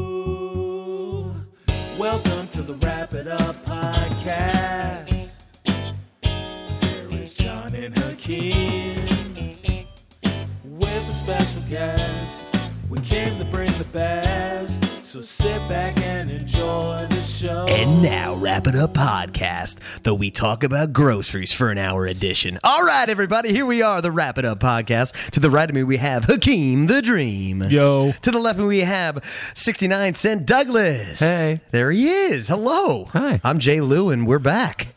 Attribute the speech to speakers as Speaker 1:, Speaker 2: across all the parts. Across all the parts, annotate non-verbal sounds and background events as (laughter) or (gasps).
Speaker 1: Ooh. Welcome to the Wrap It Up Podcast. Here is John and Hakeem with a special guest. We came to bring the best, so sit back and enjoy the show.
Speaker 2: And now, Wrap It Up Podcast, though we talk about groceries for an hour edition. All right, everybody, here we are, the Wrap It Up Podcast. To the right of me, we have Hakeem the Dream.
Speaker 3: Yo.
Speaker 2: To the left of me, we have 69 Cent Douglas.
Speaker 3: Hey.
Speaker 2: There he is. Hello.
Speaker 3: Hi.
Speaker 2: I'm Jay Lou, and we're back.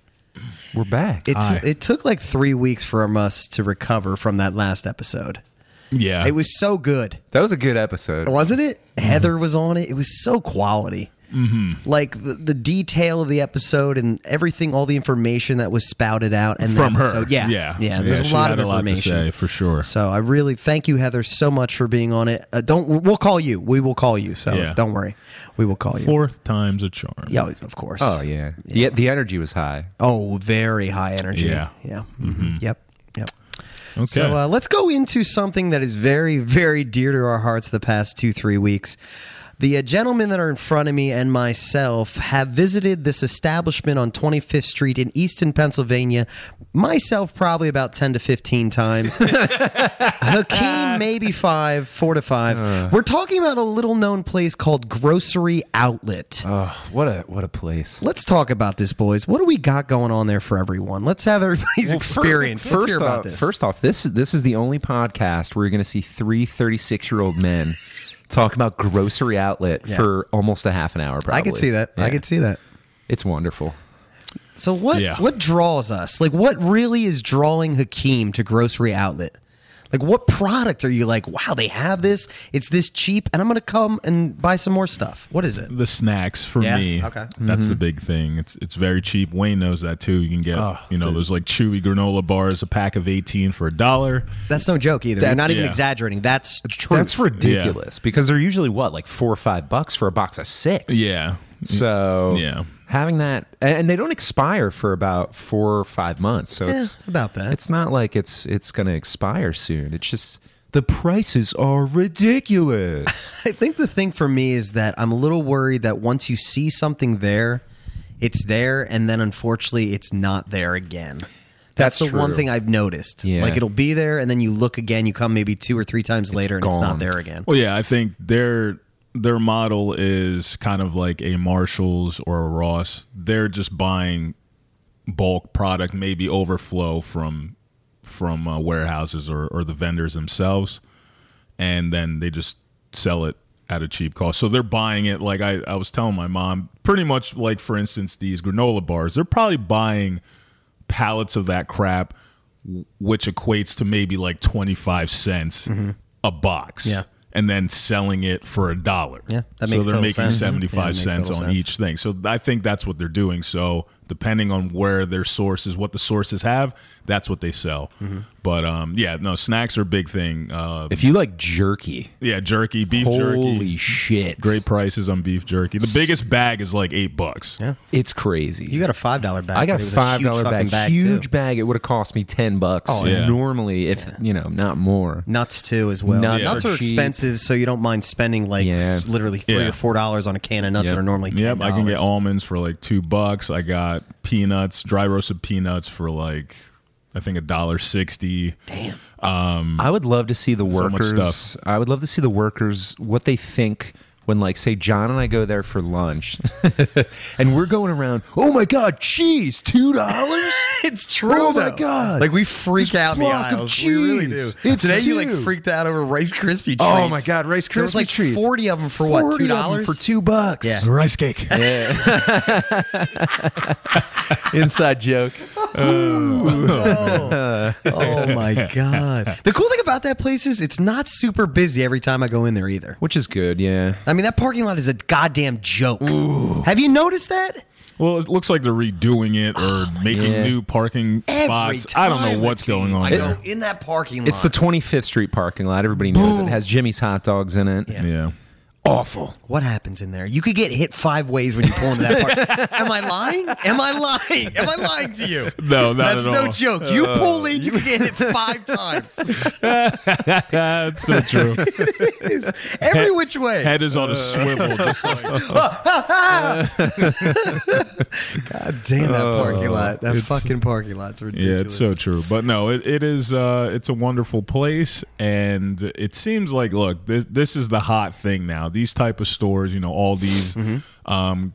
Speaker 3: We're back.
Speaker 2: It,
Speaker 3: Aye.
Speaker 2: took it took like three weeks for us to recover from that last episode.
Speaker 3: yeah.
Speaker 2: It was so good.
Speaker 4: That was a good episode.
Speaker 2: wasn't it?
Speaker 3: Mm-hmm.
Speaker 2: Heather was on it. It was so quality. Mm-hmm. Like the, the detail of the episode and everything, all the information that was spouted out and
Speaker 3: from
Speaker 2: the
Speaker 3: her.
Speaker 2: episode- Yeah,
Speaker 3: Yeah.
Speaker 2: yeah. There's
Speaker 3: she
Speaker 2: a lot
Speaker 3: had
Speaker 2: of information.
Speaker 3: A lot to say for sure.
Speaker 2: So I really thank you, Heather, so much for being on it. Uh, don't we'll call you. We will call you. So
Speaker 3: Yeah.
Speaker 2: don't worry, we will call you.
Speaker 3: Fourth time's a charm.
Speaker 2: yeah, of course.
Speaker 4: Oh yeah. The, the energy was high.
Speaker 2: Oh, very high energy.
Speaker 3: Yeah. Mm-hmm.
Speaker 2: yeah. Mhm. Yep, yep.
Speaker 3: Okay.
Speaker 2: So uh, let's go into something that is very, very dear to our hearts the past two, three weeks. The uh, gentlemen that are in front of me and myself have visited this establishment on 25th Street in Easton, Pennsylvania. Myself, probably about 10 to 15
Speaker 3: (laughs)
Speaker 2: times. Hakeem, maybe five, four to five.
Speaker 3: Uh.
Speaker 2: We're talking about a little known place called Grocery Outlet.
Speaker 4: Oh, what a what a place.
Speaker 2: Let's talk about this, boys. What do we got going on there for everyone? Let's have everybody's
Speaker 4: Well, fir-
Speaker 2: experience. Let's hear about
Speaker 4: off,
Speaker 2: this.
Speaker 4: First off, this is this is the only podcast where you're going to see three 36 year old men (laughs) talk about grocery outlet for almost a half an hour. Probably.
Speaker 2: I could see that. I
Speaker 4: Yeah.
Speaker 2: could see that.
Speaker 4: It's wonderful.
Speaker 2: So what
Speaker 3: Yeah.
Speaker 2: what draws us? Like what really is drawing Hakeem to grocery outlet? Like what product are you like, wow, they have this, it's this cheap, and I'm gonna come and buy some more stuff. What is it?
Speaker 3: the snacks for
Speaker 2: Yeah,
Speaker 3: me.
Speaker 2: okay.
Speaker 3: That's the big thing. It's it's very cheap. Wayne knows that too. You can get you know those like chewy granola bars, a pack of eighteen for a dollar.
Speaker 2: That's no joke either. You're
Speaker 4: That's-
Speaker 2: not even
Speaker 3: yeah.
Speaker 2: exaggerating. That's true.
Speaker 4: That's ridiculous because they're usually what like four or five bucks for a box of six.
Speaker 3: Yeah.
Speaker 4: So
Speaker 3: Yeah.
Speaker 4: having that and and they don't expire for about four or five months. So it's
Speaker 2: about that.
Speaker 4: It's not like it's it's going to expire soon. It's just the prices are ridiculous.
Speaker 2: (laughs) I think the thing for me is that I'm a little worried that once you see something there, it's there, and then unfortunately, it's not there again. That's,
Speaker 4: That's
Speaker 2: the one
Speaker 4: true.
Speaker 2: thing I've noticed.
Speaker 4: Yeah.
Speaker 2: Like it'll be there, and then you look again. You come maybe two or three times later, and it's not
Speaker 4: gone.
Speaker 2: there again.
Speaker 3: Well, yeah. I think their their model is kind of like a Marshalls or a Ross. They're just buying bulk product, maybe overflow from from uh, warehouses or, or the vendors themselves, and then they just sell it at a cheap cost. So they're buying it like I, I was telling my mom, pretty much like for instance these granola bars. They're probably buying pallets of that crap, w- which equates to maybe like twenty five cents a box.
Speaker 2: Yeah.
Speaker 3: And then selling it for a dollar.
Speaker 2: Yeah, that makes
Speaker 3: so
Speaker 2: total
Speaker 3: they're making
Speaker 2: sense. Mhm.
Speaker 3: seventy five
Speaker 2: Yeah, it makes
Speaker 3: cents on
Speaker 2: total sense.
Speaker 3: each each thing. So I think that's what they're doing. So depending on where their sources, what the sources have, that's what they sell.
Speaker 2: Mm-hmm.
Speaker 3: But um, yeah, no, snacks are a big thing. Uh,
Speaker 4: if you
Speaker 2: (laughs)
Speaker 4: like jerky,
Speaker 3: yeah, jerky, beef
Speaker 4: holy
Speaker 3: jerky,
Speaker 4: shit.
Speaker 3: great prices on beef jerky. The biggest bag is like eight bucks.
Speaker 2: Yeah.
Speaker 4: It's crazy.
Speaker 2: You got a five dollar bag.
Speaker 4: I got
Speaker 2: but
Speaker 4: a
Speaker 2: it was
Speaker 4: five
Speaker 2: huge
Speaker 4: dollar
Speaker 2: fucking
Speaker 4: bag, huge
Speaker 2: too.
Speaker 4: bag. It would have cost me ten bucks.
Speaker 2: Oh, Mm.
Speaker 3: yeah.
Speaker 4: normally, if you know, not more.
Speaker 2: Nuts too, as well.
Speaker 4: Nuts
Speaker 2: Nuts,
Speaker 3: are
Speaker 2: are
Speaker 4: cheap.
Speaker 2: expensive, so you don't mind spending like
Speaker 4: Yeah.
Speaker 2: s- literally three
Speaker 3: Yeah.
Speaker 2: or four dollars on a can of nuts
Speaker 4: Yep.
Speaker 2: that are normally ten
Speaker 3: Yep, I
Speaker 2: dollars.
Speaker 3: can get almonds for like two bucks. I got peanuts, dry roasted peanuts for like I think a dollar sixty.
Speaker 2: Damn.
Speaker 4: I would love to see the
Speaker 3: much
Speaker 4: workers.
Speaker 3: stuff.
Speaker 4: I would love to see the workers what they think when, like, say John and I go there for lunch, (laughs) and we're going around. Oh my god, cheese two dollars.
Speaker 2: It's true.
Speaker 4: Oh my
Speaker 2: though.
Speaker 4: God.
Speaker 2: Like we freak
Speaker 4: This
Speaker 2: out in the
Speaker 4: block of
Speaker 2: aisles. We really do.
Speaker 4: cheese. It's
Speaker 2: Today you like
Speaker 4: two.
Speaker 2: freaked out over Rice Krispie treats.
Speaker 4: Oh my God, Rice
Speaker 2: There was
Speaker 4: Krispie
Speaker 2: like
Speaker 4: treats.
Speaker 2: forty of them for (laughs) what? Two
Speaker 4: 40 of them
Speaker 2: dollars
Speaker 4: for two bucks.
Speaker 2: Yeah.
Speaker 3: Rice cake. (laughs)
Speaker 4: Inside joke.
Speaker 2: (laughs)
Speaker 4: (laughs)
Speaker 2: Oh. oh my god. The cool thing about that place is it's not super busy every time I go in there either.
Speaker 4: Which is good, yeah.
Speaker 2: I mean that parking lot is a goddamn joke. Have you noticed that?
Speaker 3: Well, it looks like they're redoing it or making
Speaker 4: God.
Speaker 3: new parking
Speaker 2: Every
Speaker 3: spots. I don't know
Speaker 2: time
Speaker 3: what's
Speaker 2: I
Speaker 3: going on
Speaker 2: I
Speaker 3: there.
Speaker 2: go in that parking lot.
Speaker 4: It's the 25th Street parking lot. Everybody knows it. It has Jimmy's hot dogs in it.
Speaker 3: Yeah.
Speaker 4: awful. (laughs)
Speaker 2: What happens in there? You could get hit five ways when you pull into that
Speaker 4: (laughs)
Speaker 2: part. Am I lying? Am I lying? Am I lying to you?
Speaker 3: No, not
Speaker 2: That's
Speaker 3: at
Speaker 2: no
Speaker 3: all. Uh,
Speaker 2: joke. You pull in, you can get hit five
Speaker 3: (laughs)
Speaker 2: times.
Speaker 3: (laughs) That's so true. Uh,
Speaker 2: Every which way.
Speaker 3: (laughs) Head is on a (laughs) swivel, just like
Speaker 2: God damn that parking lot. That fucking parking lot's
Speaker 3: Oh, yeah,
Speaker 2: ridiculous.
Speaker 3: it's so true. But no, it, it is. Uh, it's a wonderful place, and it seems like look, this this is the hot thing now. These type of stores, you know, all these. Um,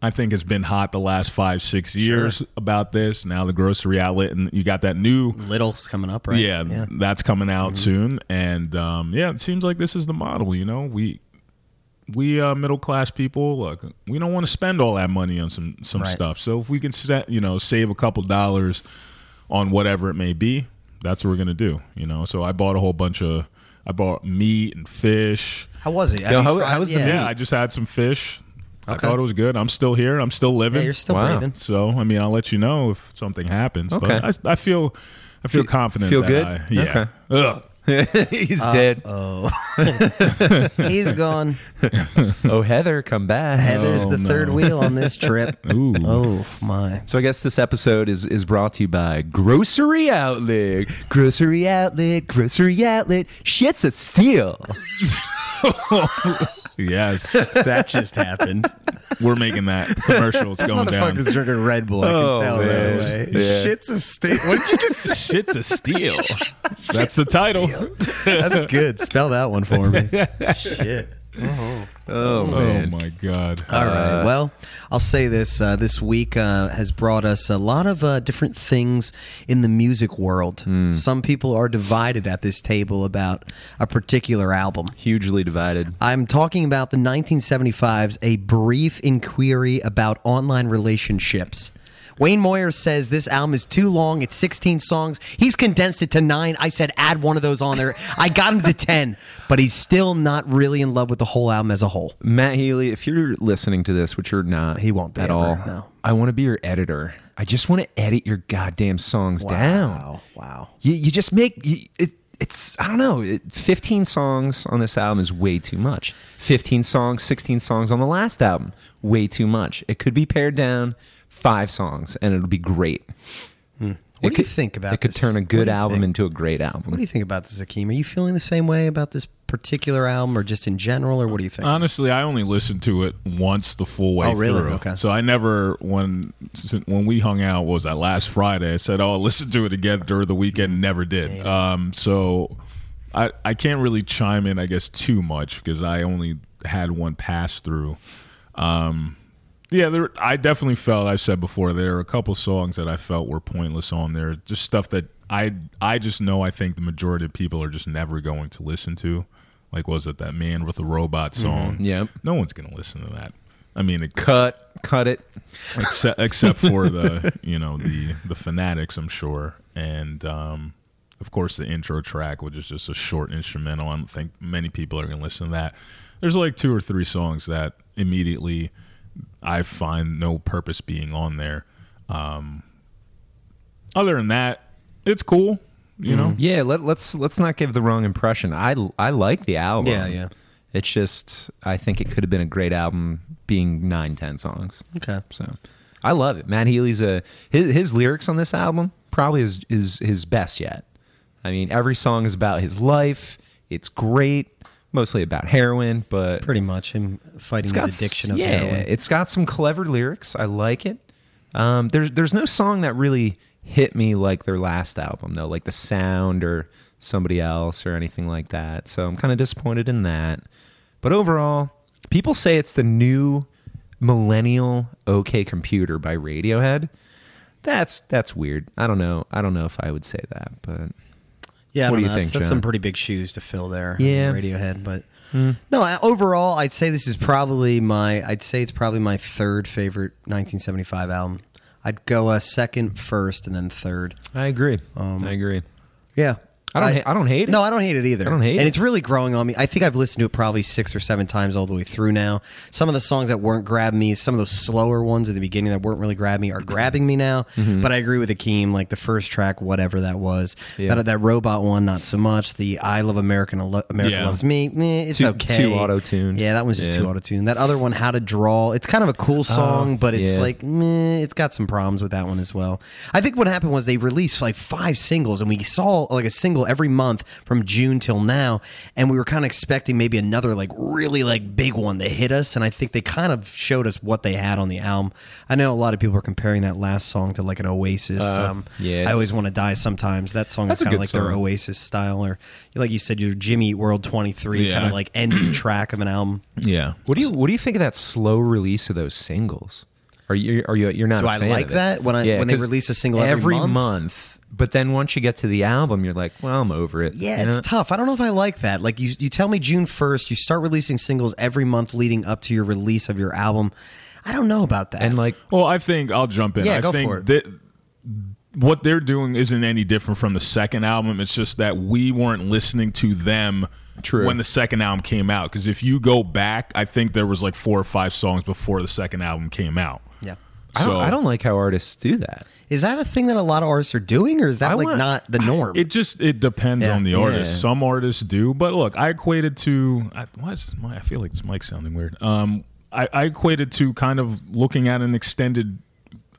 Speaker 3: I think it's been hot the last five, six years about this. Now the grocery outlet, and you got that new
Speaker 2: Little's coming up, right? Mm-hmm.
Speaker 3: Yeah, that's coming out soon, and um, yeah, it seems like this is the model. You know, we we uh, middle class people look, we don't want to spend all that money on some some
Speaker 2: Right.
Speaker 3: stuff. So if we can set, you know save a couple dollars on whatever it may be, that's what we're gonna do. You know, so I bought a whole bunch of I bought meat and fish.
Speaker 2: How was it? Have
Speaker 4: Yo,
Speaker 2: you
Speaker 4: how-
Speaker 2: tried-
Speaker 4: how was the
Speaker 2: yeah.
Speaker 4: meat?
Speaker 3: Yeah, I just had some fish. I
Speaker 2: Okay.
Speaker 3: thought it was good. I'm still here. I'm still
Speaker 2: Yeah,
Speaker 3: living.
Speaker 2: you're still
Speaker 4: Wow.
Speaker 2: breathing.
Speaker 3: So I mean, I'll let you know if something happens.
Speaker 4: Okay.
Speaker 3: But I, I feel, I feel confident.
Speaker 4: feel
Speaker 3: that
Speaker 4: good?
Speaker 3: I- yeah. Ugh.
Speaker 4: He's dead.
Speaker 3: (laughs)
Speaker 2: Oh, he's gone.
Speaker 4: oh, Heather, come back.
Speaker 2: Heather's the
Speaker 3: Oh, no.
Speaker 2: third wheel on this trip.
Speaker 3: (laughs) Ooh.
Speaker 2: Oh my.
Speaker 4: So I guess this episode is is brought to you by Grocery Outlet. Grocery Outlet. Grocery Outlet. Shit's a steal.
Speaker 2: (laughs)
Speaker 4: (laughs)
Speaker 3: Yes.
Speaker 2: That just happened.
Speaker 3: We're making that commercial. It's going down.
Speaker 2: Motherfucker's drinking Red Bull. I can
Speaker 4: Oh,
Speaker 2: tell
Speaker 4: man.
Speaker 2: right away.
Speaker 4: Yeah.
Speaker 2: Shit's a state. What did you just (laughs) say?
Speaker 3: (laughs) Shit's a steal. That's the title.
Speaker 2: That's good. Spell that one for me. Shit.
Speaker 4: (laughs) Oh
Speaker 3: Oh
Speaker 4: man.
Speaker 3: my god.
Speaker 2: All right.
Speaker 4: Uh,
Speaker 2: Well, I'll say this: uh, this week uh, has brought us a lot of uh, different things in the music world.
Speaker 4: Hmm.
Speaker 2: Some people are divided at this table about a particular album.
Speaker 4: (laughs) Hugely divided.
Speaker 2: I'm talking about the 1975's A Brief Inquiry About Online Relationships. Wayne Moyer says this album is too long. It's 16 songs. He's condensed it to nine. I said add one of those on there. I got him to 10, but he's still not really in love with the whole album as a whole.
Speaker 4: Matt Healy, if you're listening to this, which you're not,
Speaker 2: He won't be
Speaker 4: at
Speaker 2: ever,
Speaker 4: all.
Speaker 2: no.
Speaker 4: I want to be your editor. I just want to edit your goddamn songs down.
Speaker 2: Wow.
Speaker 4: You, you just make you, it. It's I don't know. It, Fifteen songs on this album is way too much. Fifteen songs, sixteen songs on the last album, way too much. It could be pared down five songs, and it'll be great.
Speaker 2: Hmm. What
Speaker 4: it
Speaker 2: do you
Speaker 4: could,
Speaker 2: think about
Speaker 4: It could
Speaker 2: this?
Speaker 4: turn a
Speaker 2: What
Speaker 4: good
Speaker 2: do you
Speaker 4: album
Speaker 2: think?
Speaker 4: into a great album.
Speaker 2: What do you think about this, Akeem? Are you feeling the same way about this particular album or just in general, or what do you think?
Speaker 3: Honestly, I only listened to it once the full way
Speaker 2: Oh, really?
Speaker 3: through.
Speaker 2: Okay.
Speaker 3: So I never when when we hung out what was that last Friday. I said, "Oh, I'll listen to it again during the weekend." Never did. Um, so I I can't really chime in, I guess, too much because I only had one pass through. Yeah, there. I definitely felt. I've said before there are a couple songs that I felt were pointless on there. Just stuff that I I just know. I think the majority of people are just never going to listen to. Like, was it that man with the robot song?
Speaker 4: Yep.
Speaker 3: no one's gonna listen to that. I mean,
Speaker 4: Cut, cut it.
Speaker 3: except except for the you know the the fanatics, I'm sure, and um, of course the intro track, which is just a short instrumental. I don't think many people are going to listen to that. There's like two or three songs that immediately I find no purpose being on there. Um, other than that, it's cool. You
Speaker 2: Hmm.
Speaker 3: know,
Speaker 4: Yeah, let, let's let's not give the wrong impression. I I like the album.
Speaker 2: Yeah, yeah.
Speaker 4: It's just I think it could have been a great album, being nine ten songs.
Speaker 2: Okay.
Speaker 4: So I love it. Matt Healy's a his, his lyrics on this album probably is is his best yet. I mean, every song is about his life. It's great, mostly about heroin, but
Speaker 2: Pretty much him fighting
Speaker 4: it's
Speaker 2: his addiction of
Speaker 4: yeah,
Speaker 2: heroin.
Speaker 4: It's got some clever lyrics. I like it. Um, there's there's no song that really hit me like their last album though, like the sound or somebody else or anything like that. So I'm kind of disappointed in that. But overall, people say it's the new millennial OK Computer by Radiohead. That's that's weird. I don't know. I don't know if I would say that, but
Speaker 2: Yeah, I don't
Speaker 4: What do
Speaker 2: know.
Speaker 4: you
Speaker 2: That's-
Speaker 4: think,
Speaker 2: that's,
Speaker 4: John?
Speaker 2: some pretty big shoes to fill there.
Speaker 4: Yeah.
Speaker 2: Radiohead, but no. I, overall, I'd say this is probably my. I'd say it's probably my third favorite 1975 album. I'd go uh, second, first, and then third.
Speaker 4: I agree. I agree.
Speaker 2: Yeah,
Speaker 4: I don't. ha- I don't hate it.
Speaker 2: No, I don't hate it either.
Speaker 4: I don't hate
Speaker 2: and
Speaker 4: it.
Speaker 2: it's really growing on me. I think I've listened to it probably six or seven times all the way through now. Some of the songs that weren't grabbing me, some of those slower ones at the beginning that weren't really grabbing me, are grabbing me now.
Speaker 4: Mm-hmm.
Speaker 2: But I agree with Akeem. Like the first track, whatever that was,
Speaker 4: Yeah.
Speaker 2: that, that robot one, not so much. The I Love American, Lo- America
Speaker 3: Yeah.
Speaker 2: Loves Me, meh, it's
Speaker 4: Too-
Speaker 2: okay.
Speaker 4: too auto-tuned.
Speaker 2: Yeah, that one's just
Speaker 3: Yeah.
Speaker 2: too auto tuned. That other one, How to Draw, it's kind of a cool
Speaker 4: Uh-huh.
Speaker 2: song, but it's
Speaker 4: yeah.
Speaker 2: like like, meh, it's got some problems with that one as well. I think what happened was they released like five singles, and we saw like a single every month from June till now, and we were kind of expecting maybe another like really like big one to hit us. And I think they kind of showed us what they had on the album. I know a lot of people are comparing that last song to like an Oasis. um,
Speaker 4: Uh, yeah,
Speaker 2: I
Speaker 4: it's-
Speaker 2: always want to die sometimes. That song is
Speaker 4: That's a
Speaker 2: kind of
Speaker 4: good
Speaker 2: like their
Speaker 4: song.
Speaker 2: Oasis style, or like you said, your Jimmy Eat World Twenty Three
Speaker 3: Yeah.
Speaker 2: kind of like ending track of an album.
Speaker 3: Yeah.
Speaker 4: What do you What do you think of that slow release of those singles? Are you Are you You're not?
Speaker 2: Do
Speaker 4: a
Speaker 2: I
Speaker 4: fan
Speaker 2: like
Speaker 4: of it.
Speaker 2: that? When I- when they
Speaker 4: 'cause
Speaker 2: release a single every month?
Speaker 4: But then once you get to the album, you're like, well, I'm over it.
Speaker 2: Yeah,
Speaker 4: You
Speaker 2: it's
Speaker 4: know?
Speaker 2: tough. I don't know if I like that. Like you, you tell me June first, you start releasing singles every month leading up to your release of your album. I don't know about that.
Speaker 4: and like
Speaker 3: Well, I think I'll jump in.
Speaker 2: Yeah,
Speaker 3: I
Speaker 2: go
Speaker 3: think
Speaker 2: for it.
Speaker 3: That what they're doing isn't any different from the second album. It's just that we weren't listening to them
Speaker 4: True.
Speaker 3: when the second album came out. Because if you go back, I think there was like four or five songs before the second album came out.
Speaker 2: yeah,
Speaker 4: I, don't,
Speaker 3: So-
Speaker 4: I don't like how artists do that.
Speaker 2: is that a thing that a lot of artists are doing, or is that
Speaker 4: I
Speaker 2: like
Speaker 4: want-
Speaker 2: not the norm?
Speaker 3: It just it depends
Speaker 2: Yeah.
Speaker 3: on the artist.
Speaker 4: Yeah.
Speaker 3: Some artists do, but look, I equated to I, why is this, my, I feel like this mic sounding weird. Um, I, I equated to kind of looking at an extended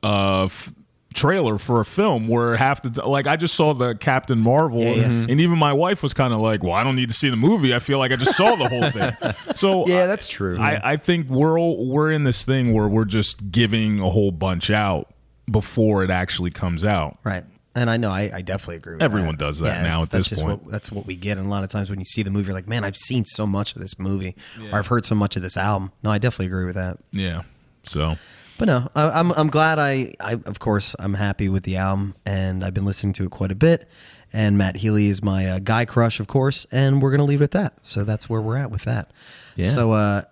Speaker 3: uh f- trailer for a film where half the t- like I just saw the Captain Marvel,
Speaker 2: Yeah, yeah.
Speaker 3: and even my wife was kind of like, "Well, I don't need to see the movie. I feel like I just saw the whole thing." So
Speaker 4: Yeah,
Speaker 3: I-
Speaker 4: that's true.
Speaker 3: I, I think we're all, we're in this thing where we're just giving a whole bunch out before it actually comes out.
Speaker 2: right. And I know I, I definitely agree. with
Speaker 3: Everyone
Speaker 2: that.
Speaker 3: does that now
Speaker 2: it's-
Speaker 3: at
Speaker 2: that's
Speaker 3: this
Speaker 2: just
Speaker 3: point.
Speaker 2: What, that's what we get. And a lot of times when you see the movie, you're like, man, I've seen so much of this movie, or I've heard so much of this album. No, I definitely agree with that.
Speaker 3: Yeah. So
Speaker 2: But no, I, I'm I'm glad I, I of course I'm happy with the album and I've been listening to it quite a bit. And Matt Healy is my uh, guy crush, of course. And we're gonna leave it at that. So that's where we're at with that.
Speaker 4: Yeah.
Speaker 2: So, uh,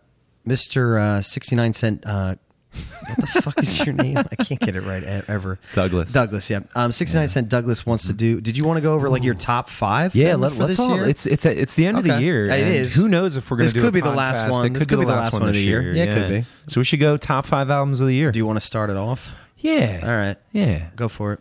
Speaker 2: Mister uh, sixty nine cent. Uh, what the fuck is your name? I can't get it right e- ever.
Speaker 4: Douglas.
Speaker 2: Douglas. Yeah. Um, sixty nine cent. Douglas wants to do. Did you want to go over like your top five?
Speaker 4: Yeah,
Speaker 2: then,
Speaker 4: let,
Speaker 2: for
Speaker 4: us
Speaker 2: this
Speaker 4: all.
Speaker 2: year?
Speaker 4: It's it's it's the end of
Speaker 2: Okay.
Speaker 4: the year.
Speaker 2: It
Speaker 4: and
Speaker 2: is.
Speaker 4: Who knows if we're going
Speaker 2: This
Speaker 4: to do
Speaker 2: could
Speaker 4: a
Speaker 2: be the last
Speaker 4: podcast.
Speaker 2: one.
Speaker 4: It
Speaker 2: This could be the last one of
Speaker 4: this
Speaker 2: the year. Yeah, it could be.
Speaker 4: So we should go top five albums of the year.
Speaker 2: Do you want to start it off?
Speaker 4: yeah.
Speaker 2: All right.
Speaker 4: Yeah.
Speaker 2: Go for it.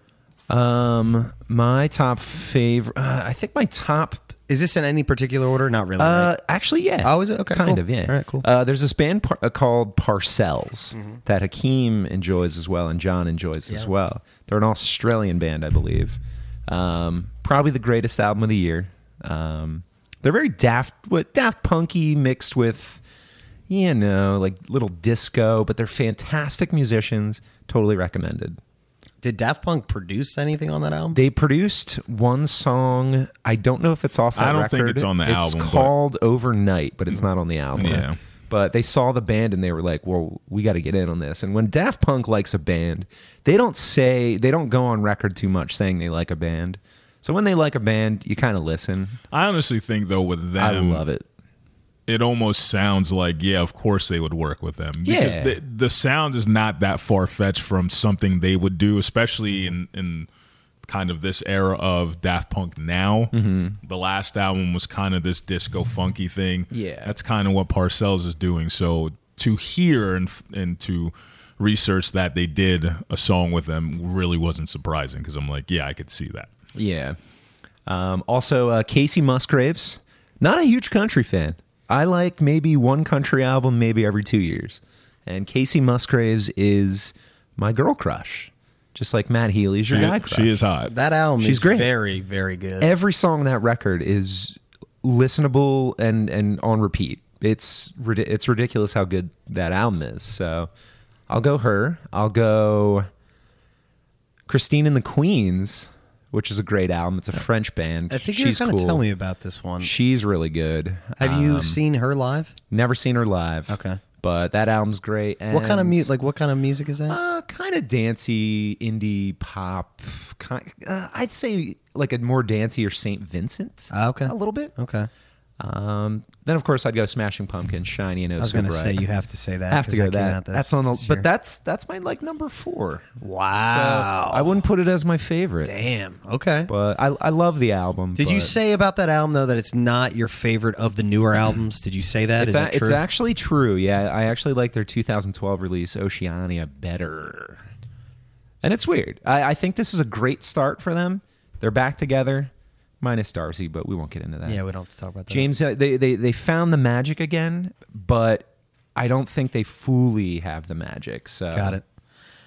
Speaker 4: Um, my top favorite. Uh, I think my top
Speaker 2: Is this in any particular order? Not really. right?
Speaker 4: Uh, actually, yeah.
Speaker 2: Oh, is it? Okay,
Speaker 4: Kind
Speaker 2: cool.
Speaker 4: of, yeah.
Speaker 2: All right, cool. Mm-hmm.
Speaker 4: Uh, there's this band par- uh, called Parcells that Hakeem enjoys as well, and John enjoys as
Speaker 2: Yeah.
Speaker 4: well. They're an Australian band, I believe. Um, probably the greatest album of the year. Um, they're very daft, what daft punky mixed with, you know, like little disco. But they're fantastic musicians. Totally recommended.
Speaker 2: Did Daft Punk produce anything on that album?
Speaker 4: They produced one song. I don't know if it's off. That
Speaker 3: I don't
Speaker 4: record.
Speaker 3: think it's on the album,
Speaker 4: It's
Speaker 3: but-
Speaker 4: called Overnight, but it's not on the album.
Speaker 3: Yeah.
Speaker 4: But they saw the band and they were like, "Well, we got to get in on this." And when Daft Punk likes a band, they don't say they don't go on record too much saying they like a band. So when they like a band, you kind of listen.
Speaker 3: I honestly think though with them,
Speaker 4: I love it.
Speaker 3: it almost sounds like yeah, of course they would work with them because
Speaker 4: Yeah.
Speaker 3: the, the sound is not that far fetched from something they would do, especially in in kind of this era of Daft Punk now.
Speaker 4: Mm-hmm.
Speaker 3: The last album was kind of this disco funky thing.
Speaker 4: Yeah.
Speaker 3: that's kind of what Parcells is doing. So to hear and f- and to research that they did a song with them really wasn't surprising because I'm like, yeah, I could see that.
Speaker 4: Yeah. Um, also, uh, Casey Musgraves. Not a huge country fan. I like maybe one country album, maybe every two years. And Casey Musgraves is my girl crush, just like Matt Healy's your guy crush.
Speaker 3: She is hot.
Speaker 2: That album
Speaker 4: She's
Speaker 2: is
Speaker 4: great.
Speaker 2: very, very good.
Speaker 4: Every song on that record is listenable and and on repeat. It's rid- it's ridiculous how good that album is. So, I'll go her. I'll go Christine and the Queens, which is a great album. It's a French band.
Speaker 2: I think you were
Speaker 4: She's
Speaker 2: going to
Speaker 4: cool. um,
Speaker 2: tell me about this one.
Speaker 4: She's really good.
Speaker 2: Have you seen her live?
Speaker 4: Never seen her live.
Speaker 2: Okay.
Speaker 4: But that album's great. And
Speaker 2: What kind of music? Like what kind of music is that?
Speaker 4: Uh, kind of dancey indie pop. Kind, uh, I'd say like a more dancier Saint Vincent.
Speaker 2: Ah, okay.
Speaker 4: A little bit.
Speaker 2: okay.
Speaker 4: Um, then of course I'd go Smashing Pumpkins, Shiny and Oh
Speaker 2: I was
Speaker 4: So
Speaker 2: going to
Speaker 4: Bright.
Speaker 2: say you have to say that.
Speaker 4: I have
Speaker 2: 'cause
Speaker 4: to go
Speaker 2: came
Speaker 4: that.
Speaker 2: out this-
Speaker 4: that's on the.
Speaker 2: this year.
Speaker 4: But that's that's my like number four. So
Speaker 2: wow.
Speaker 4: I wouldn't put it as my favorite,
Speaker 2: Damn. Okay.
Speaker 4: but I I love the album.
Speaker 2: Did you
Speaker 4: but- Mm-hmm.
Speaker 2: say about that album though that it's not your favorite of the newer albums? Did you say that? Is
Speaker 4: It's, a-
Speaker 2: that true?
Speaker 4: it's actually true. Yeah, I actually like their 2012 release Oceania better, and it's weird. I, I think this is a great start for them. They're back together, minus Darcy, but we won't get into that.
Speaker 2: yeah, we don't have to talk about that.
Speaker 4: James, uh, they, they they found the magic again, but I don't think they fully have the magic. So
Speaker 2: Got it.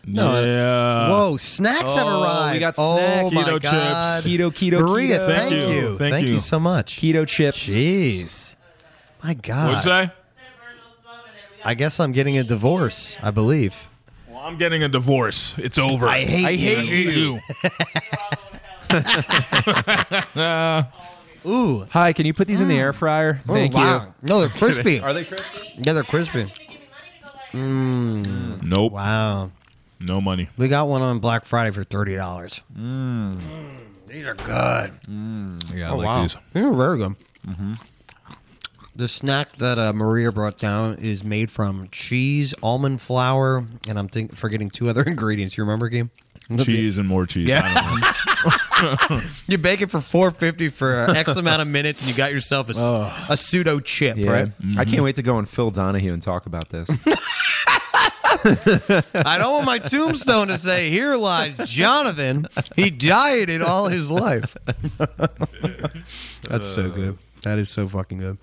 Speaker 2: No.
Speaker 3: yeah.
Speaker 2: Whoa! Snacks have
Speaker 4: Oh, we
Speaker 2: arrived.
Speaker 4: got
Speaker 2: oh
Speaker 4: snack.
Speaker 2: my
Speaker 3: Keto chips.
Speaker 2: god!
Speaker 4: Keto, keto,
Speaker 2: Maria,
Speaker 4: keto.
Speaker 2: thank,
Speaker 3: Thank
Speaker 2: you.
Speaker 3: you. Thank
Speaker 2: Thank you.
Speaker 3: you.
Speaker 2: so much.
Speaker 4: Keto chips.
Speaker 2: Jeez, my god!
Speaker 3: What'd you say?
Speaker 2: I guess I'm getting a divorce. I believe.
Speaker 3: Well, I'm getting a divorce. It's over.
Speaker 2: I hate.
Speaker 4: I hate you.
Speaker 3: you.
Speaker 2: Ooh.
Speaker 4: Hi, can you put these in the air fryer?
Speaker 2: Oh,
Speaker 4: Thank
Speaker 2: wow. No, they're crispy.
Speaker 4: you. Are they crispy?
Speaker 2: yeah, they're crispy.
Speaker 3: nope.
Speaker 2: Wow.
Speaker 3: No money.
Speaker 2: We got one on Black Friday for thirty dollars. These are good.
Speaker 3: Yeah, I
Speaker 2: Oh,
Speaker 3: like
Speaker 2: wow.
Speaker 3: these.
Speaker 2: These are very good. The snack that uh, Maria brought down is made from cheese, almond flour, and I'm think- forgetting two other (laughs) ingredients. You remember, Game?
Speaker 3: Cheese and more cheese. Yeah.
Speaker 2: You bake it for 450 for uh, X amount of minutes, and you got yourself a, s- a pseudo chip,
Speaker 4: Yeah.
Speaker 2: right?
Speaker 4: I can't wait to go and Phil Donahue and talk about
Speaker 2: (laughs)
Speaker 4: this.
Speaker 2: I don't want my tombstone to say, "Here lies Jonathan." He dieted all his life. That's so good. That is so fucking good.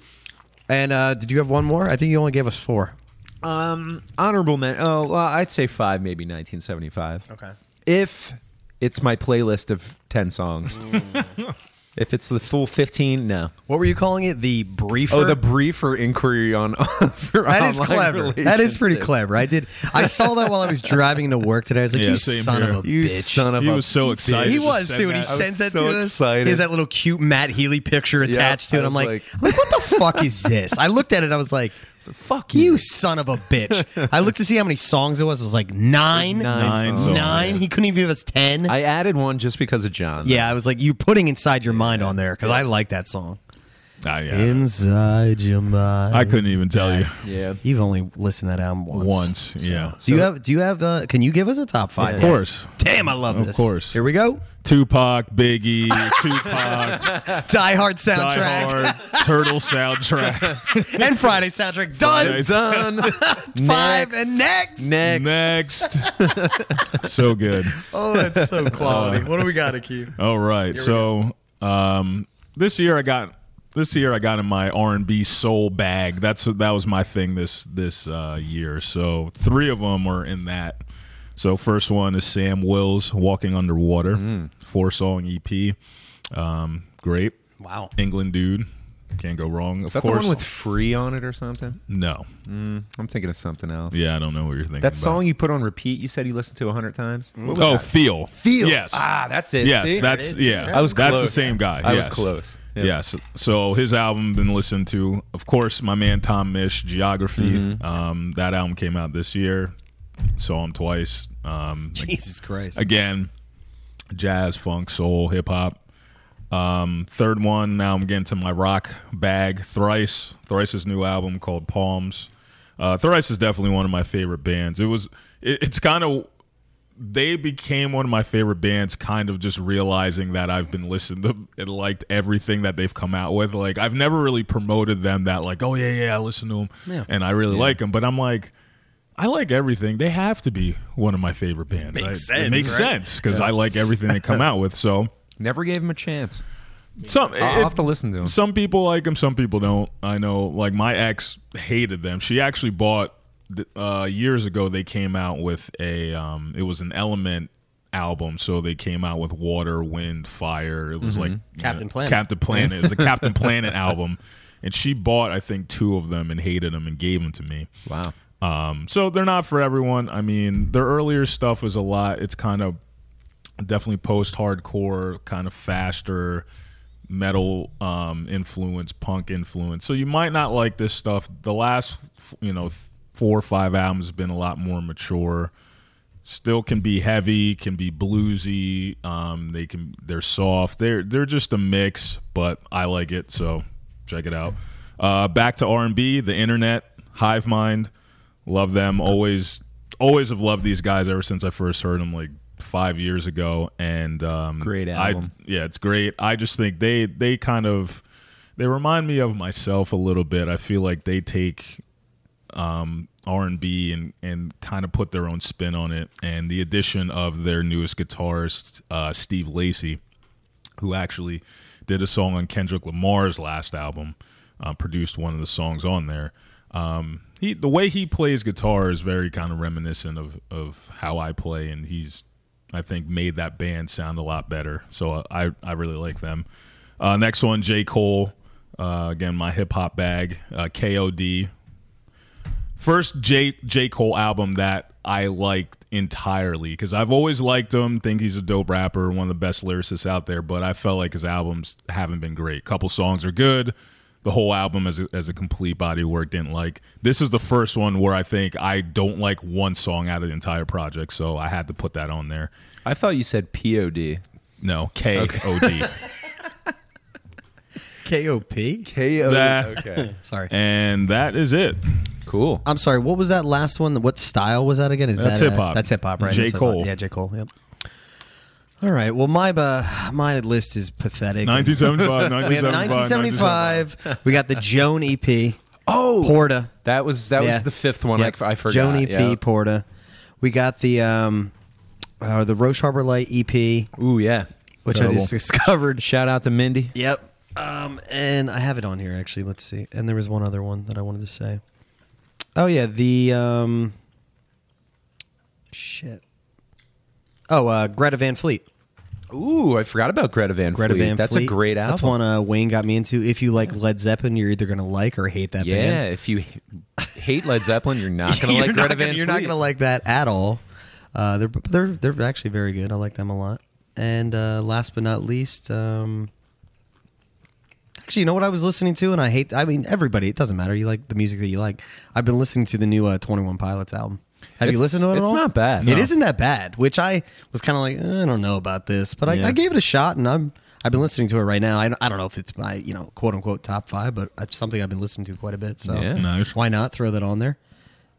Speaker 2: And uh, did you have one more? I think you only gave us four.
Speaker 4: Um, honorable men. Oh, well, I'd say five, maybe 1975.
Speaker 2: Okay.
Speaker 4: If it's my playlist of 10 songs.
Speaker 2: Mm.
Speaker 4: if it's the full 15, no.
Speaker 2: What were you calling it? The briefer.
Speaker 4: Oh, the brief or inquiry on (laughs) for
Speaker 2: that is
Speaker 4: online
Speaker 2: clever. That is pretty
Speaker 4: relationships.
Speaker 2: clever. I did. I saw that while I was driving to work today. I was like,
Speaker 3: Yeah,
Speaker 2: "You
Speaker 3: same
Speaker 2: son
Speaker 3: here.
Speaker 2: of a
Speaker 4: You
Speaker 2: bitch."
Speaker 4: son of
Speaker 3: He
Speaker 4: a
Speaker 3: was so excited.
Speaker 2: he
Speaker 3: to
Speaker 2: was
Speaker 3: send
Speaker 2: too, and he
Speaker 3: that. I was
Speaker 2: sends that
Speaker 4: so
Speaker 2: to us.
Speaker 4: excited.
Speaker 2: He has that little cute Matt Healy picture attached to
Speaker 4: I
Speaker 2: it. I'm
Speaker 4: was
Speaker 2: like,
Speaker 4: like-
Speaker 2: I'm like, what the fuck is this? I looked at it. I was like,
Speaker 4: Fuck you. (laughs)
Speaker 2: You son of a bitch. I looked to see how many songs it was. It was like nine.
Speaker 4: Nine
Speaker 3: Nine
Speaker 4: songs.
Speaker 3: songs.
Speaker 2: Nine? He couldn't even give us ten.
Speaker 4: I added one just because of John.
Speaker 2: yeah, I was like, you putting inside your mind on there because I like that song.
Speaker 3: Ah, yeah.
Speaker 2: Inside your mind.
Speaker 3: I couldn't even tell you
Speaker 4: Yeah.
Speaker 2: You've only listened to that album once.
Speaker 3: once. Yeah.
Speaker 2: Do you have? Do you have? Uh, can you give us a top five?
Speaker 3: Of course.
Speaker 2: Damn, I love
Speaker 3: Of
Speaker 2: this.
Speaker 3: course.
Speaker 2: Here we go.
Speaker 3: Tupac, Biggie, Tupac,
Speaker 2: Die Hard soundtrack
Speaker 3: Die Hard, Turtle soundtrack.
Speaker 2: (laughs) and Friday soundtrack. Done.
Speaker 3: Friday.
Speaker 4: Done.
Speaker 2: (laughs) Five
Speaker 4: Next.
Speaker 2: and next.
Speaker 4: Next.
Speaker 3: Next. so good.
Speaker 2: Oh, that's
Speaker 3: (laughs)
Speaker 2: so
Speaker 3: Uh,
Speaker 2: quality. what do we got, Akeem?
Speaker 3: All right. So um, this year I got this year I got in my R and B soul bag. That's that was my thing this this uh, year. So three of them are in that. So first one is Sam Wills, Walking Underwater,
Speaker 4: Mm.
Speaker 3: four song EP. Um, great
Speaker 2: Wow.
Speaker 3: England dude, can't go wrong. Of
Speaker 4: Is that the
Speaker 3: course,
Speaker 4: one with free on it or something?
Speaker 3: no.
Speaker 4: I'm thinking of something else.
Speaker 3: Yeah, I don't know what you're thinking.
Speaker 4: That
Speaker 3: about.
Speaker 4: song you put on repeat, you said you listened to 100 times? What was
Speaker 3: Oh,
Speaker 4: that?
Speaker 3: feel feel. Yes.
Speaker 4: Ah, that's it.
Speaker 3: Yes,
Speaker 4: See?
Speaker 3: that's yeah.
Speaker 4: I was
Speaker 3: that's the
Speaker 4: close.
Speaker 3: same guy.
Speaker 4: I was
Speaker 3: yes.
Speaker 4: close. Yeah.
Speaker 3: Yes. So his album been listened to. Of course, my man Tom Mish, Geography.
Speaker 4: Mm-hmm.
Speaker 3: Um, that album came out this year. Saw him twice. Um,
Speaker 2: Jesus Christ.
Speaker 3: again, jazz, funk, soul, hip hop. Um, third one. Now I'm getting to my rock bag. Thrice. Thrice's new album called Palms. Uh, Thrice is definitely one of my favorite bands. It was. It, it's kind of. They became one of my favorite bands, kind of just realizing that I've been listening to and liked everything that they've come out with. Like I've never really promoted them that like, oh yeah, yeah, I listen to them
Speaker 2: Yeah.
Speaker 3: and I really like them. But I'm like, I like everything. They have to be one of my favorite bands. I-
Speaker 2: sense,
Speaker 3: It makes
Speaker 2: right?
Speaker 3: sense because I like everything
Speaker 2: (laughs)
Speaker 3: they come out with. So
Speaker 4: Never gave him a chance.
Speaker 3: some
Speaker 4: I'll
Speaker 3: it-
Speaker 4: have to listen to him.
Speaker 3: Some people like them. Some people don't. I know. Like my ex hated them. She actually bought th- uh, years ago. They came out with a. Um, it was an Element album. So they came out with Water, Wind, Fire. It was like
Speaker 2: Captain
Speaker 3: you know,
Speaker 2: Planet.
Speaker 3: Captain Planet.
Speaker 2: (laughs)
Speaker 3: It was a Captain Planet album. And she bought, I think, two of them and hated them and gave them to me.
Speaker 4: Wow.
Speaker 3: Um, so they're not for everyone. I mean, their earlier stuff is a lot. It's kind of definitely post-hardcore, kind of faster metal um, influence, punk influence. So you might not like this stuff. The last, f- you know, th- four or five albums have been a lot more mature. Still can be heavy, can be bluesy. Um, they can they're soft. They're they're just a mix, but I like it. So check it out. Uh, back to R and B, the Internet, Hive Mind, love them. Always, always have loved these guys ever since I first heard them like five years ago. And um,
Speaker 4: Great
Speaker 3: I-
Speaker 4: album.
Speaker 3: yeah, it's great. I just think they they kind of they remind me of myself a little bit. I feel like they take R and B and and kind of put their own spin on it. And the addition of their newest guitarist, uh, Steve Lacy, who actually did a song on Kendrick Lamar's last album, uh, produced one of the songs on there. Um, he the way he plays guitar is very kind of reminiscent of of how I play, and he's I think made that band sound a lot better. So uh, I I really like them. Uh, next one, J Cole. Uh, again, my hip hop bag, uh, K.O.D first J J Cole album that I liked entirely because I've always liked him. Think he's a dope rapper, one of the best lyricists out there. But I felt like his albums haven't been great. Couple songs are good. The whole album as a, as a complete body of work didn't like. This is the first one where I think I don't like one song out of the entire project, so I had to put that on there.
Speaker 4: I thought you said POD.
Speaker 3: No, K O
Speaker 2: (laughs)
Speaker 3: D.
Speaker 2: K.O.P.
Speaker 4: KOD.
Speaker 3: Nah.
Speaker 4: Okay.
Speaker 2: Sorry.
Speaker 3: and that is it.
Speaker 4: (laughs) Cool.
Speaker 2: I'm sorry. What was that last one? What style was that again? Is
Speaker 3: That's
Speaker 2: that uh,
Speaker 3: hip-hop.
Speaker 2: That's hip hop, right?
Speaker 3: J.
Speaker 2: That's what I thought.
Speaker 3: Cole.
Speaker 2: Yeah, J Cole. Yep. All right. Well, my uh, my list is pathetic.
Speaker 3: 1975,
Speaker 2: we have
Speaker 3: 1975,
Speaker 2: 1975. we got the Joan EP.
Speaker 4: Oh,
Speaker 2: Porta.
Speaker 4: that was that
Speaker 2: Yeah.
Speaker 4: was the fifth one.
Speaker 2: Yep.
Speaker 4: I, I forgot.
Speaker 2: Joan EP
Speaker 4: yeah.
Speaker 2: Porta. We got the um, uh, the Roche Harbor Light EP,
Speaker 4: Ooh yeah.
Speaker 2: which I
Speaker 4: Terrible.
Speaker 2: just (laughs) discovered.
Speaker 4: shout out to Mindy.
Speaker 2: Yep. Um, and I have it on here actually. Let's see. And there was one other one that I wanted to say. Oh yeah, the um, shit. Oh, uh, Greta Van Fleet.
Speaker 4: Ooh, I forgot about Greta Van
Speaker 2: Greta
Speaker 4: Fleet.
Speaker 2: Van
Speaker 4: That's
Speaker 2: Fleet.
Speaker 4: a great album.
Speaker 2: That's one uh, Wayne got me into. If you like Led Zeppelin, you're either gonna like or hate that
Speaker 4: yeah,
Speaker 2: band.
Speaker 4: if you h- hate Led Zeppelin, (laughs) you're not
Speaker 2: (laughs)
Speaker 4: gonna
Speaker 2: you're
Speaker 4: like
Speaker 2: not
Speaker 4: Greta
Speaker 2: gonna,
Speaker 4: Van
Speaker 2: You're
Speaker 4: Fleet.
Speaker 2: not gonna like that at all. Uh, they're they're they're actually very good. I like them a lot. And uh, last but not least, um, actually, you know what I was listening to, and I hate. I mean, everybody. It doesn't matter. You like the music that you like. I've been listening to the new uh, Twenty One Pilots album. Have you
Speaker 4: It's-
Speaker 2: listened to it? at
Speaker 4: it's
Speaker 2: all?
Speaker 4: not bad.
Speaker 2: It
Speaker 4: No.
Speaker 2: isn't that bad. Which I was kind of like, eh, I don't know about this, but I,
Speaker 3: Yeah.
Speaker 2: I gave it a shot, and I'm. I've been listening to it right now. I, I don't know if it's my you know quote unquote top five, but it's something I've been listening to quite a bit. So
Speaker 4: Yeah.
Speaker 3: Nice.
Speaker 2: why not throw that on there?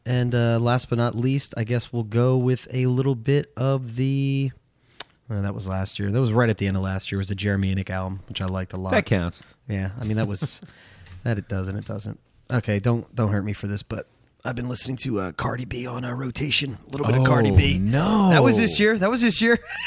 Speaker 2: And uh, last but not least, I guess we'll go with a little bit of the. well, that was last year. That was right at the end of last year. Was the Jeremy Enick album, which I liked a lot.
Speaker 4: That counts.
Speaker 2: Yeah, I mean that was (laughs) that it doesn't. It doesn't. Okay, don't don't hurt me for this, but I've been listening to uh, Cardi B on a rotation. A little bit of Cardi
Speaker 4: Oh,
Speaker 2: B.
Speaker 4: no.
Speaker 2: that was this year. That was this year.
Speaker 4: (laughs)
Speaker 2: (laughs)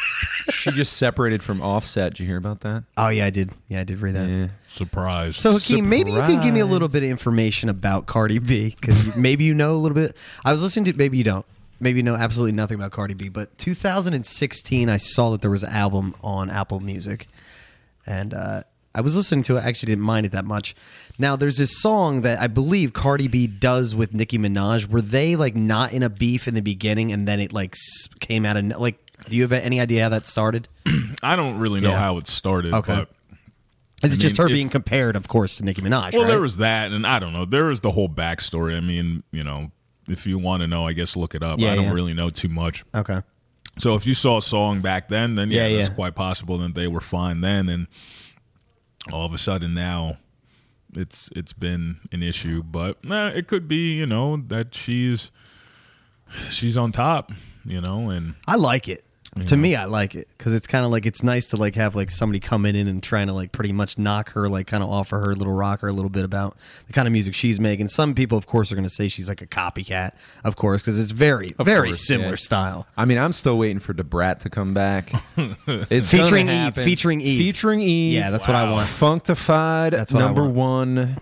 Speaker 4: She just separated from Offset. Did you hear about that?
Speaker 2: oh yeah, I did. Yeah, I did read that.
Speaker 4: Yeah.
Speaker 3: Surprise.
Speaker 2: So Hakeem, maybe you can give me a
Speaker 4: Surprise.
Speaker 2: little bit of information about Cardi B because maybe you know a little bit. I was listening to maybe you don't, maybe you know absolutely nothing about Cardi B. But 2016, I saw that there was an album on Apple Music, and uh, I was listening to it. I actually didn't mind it that much. Now there's this song that I believe Cardi B does with Nicki Minaj. Were they like not in a beef in the beginning, and then it like s- came out of no- like? Do you have any idea how that started?
Speaker 3: I don't really know
Speaker 2: Yeah.
Speaker 3: how it started.
Speaker 2: Okay.
Speaker 3: But
Speaker 2: Is it just
Speaker 3: mean,
Speaker 2: her
Speaker 3: if-
Speaker 2: being compared, of course, to Nicki Minaj?
Speaker 3: Well,
Speaker 2: right?
Speaker 3: there was that, and I don't know. There was the whole backstory. I mean, you know, if you want to know, I guess look it up.
Speaker 2: Yeah,
Speaker 3: I don't
Speaker 2: yeah.
Speaker 3: really know too much.
Speaker 2: okay.
Speaker 3: So if you saw a song back then, then yeah,
Speaker 2: Yeah,
Speaker 3: it's
Speaker 2: yeah.
Speaker 3: quite possible that they were fine then, and all of a sudden now, it's it's been an issue. But nah, it could be, you know, that she's she's on top, you know, and
Speaker 2: I like it. To me, I like it because it's kind of like it's nice to like have like somebody coming in and trying to like pretty much knock her, like kind of offer her little rocker a little bit about the kind of music she's making. Some people, of course, are going to say she's like a copycat, of course, because it's very, very
Speaker 4: course,
Speaker 2: similar
Speaker 4: yeah.
Speaker 2: style.
Speaker 4: I mean, I'm still waiting for Debrat to come (laughs) back. It's
Speaker 2: Featuring Eve,
Speaker 4: gonna happen.
Speaker 2: featuring Eve.
Speaker 4: Featuring Eve.
Speaker 2: Yeah, that's what I want.
Speaker 4: Functified.
Speaker 2: That's
Speaker 4: That's
Speaker 2: what I
Speaker 4: number
Speaker 2: want.
Speaker 4: one.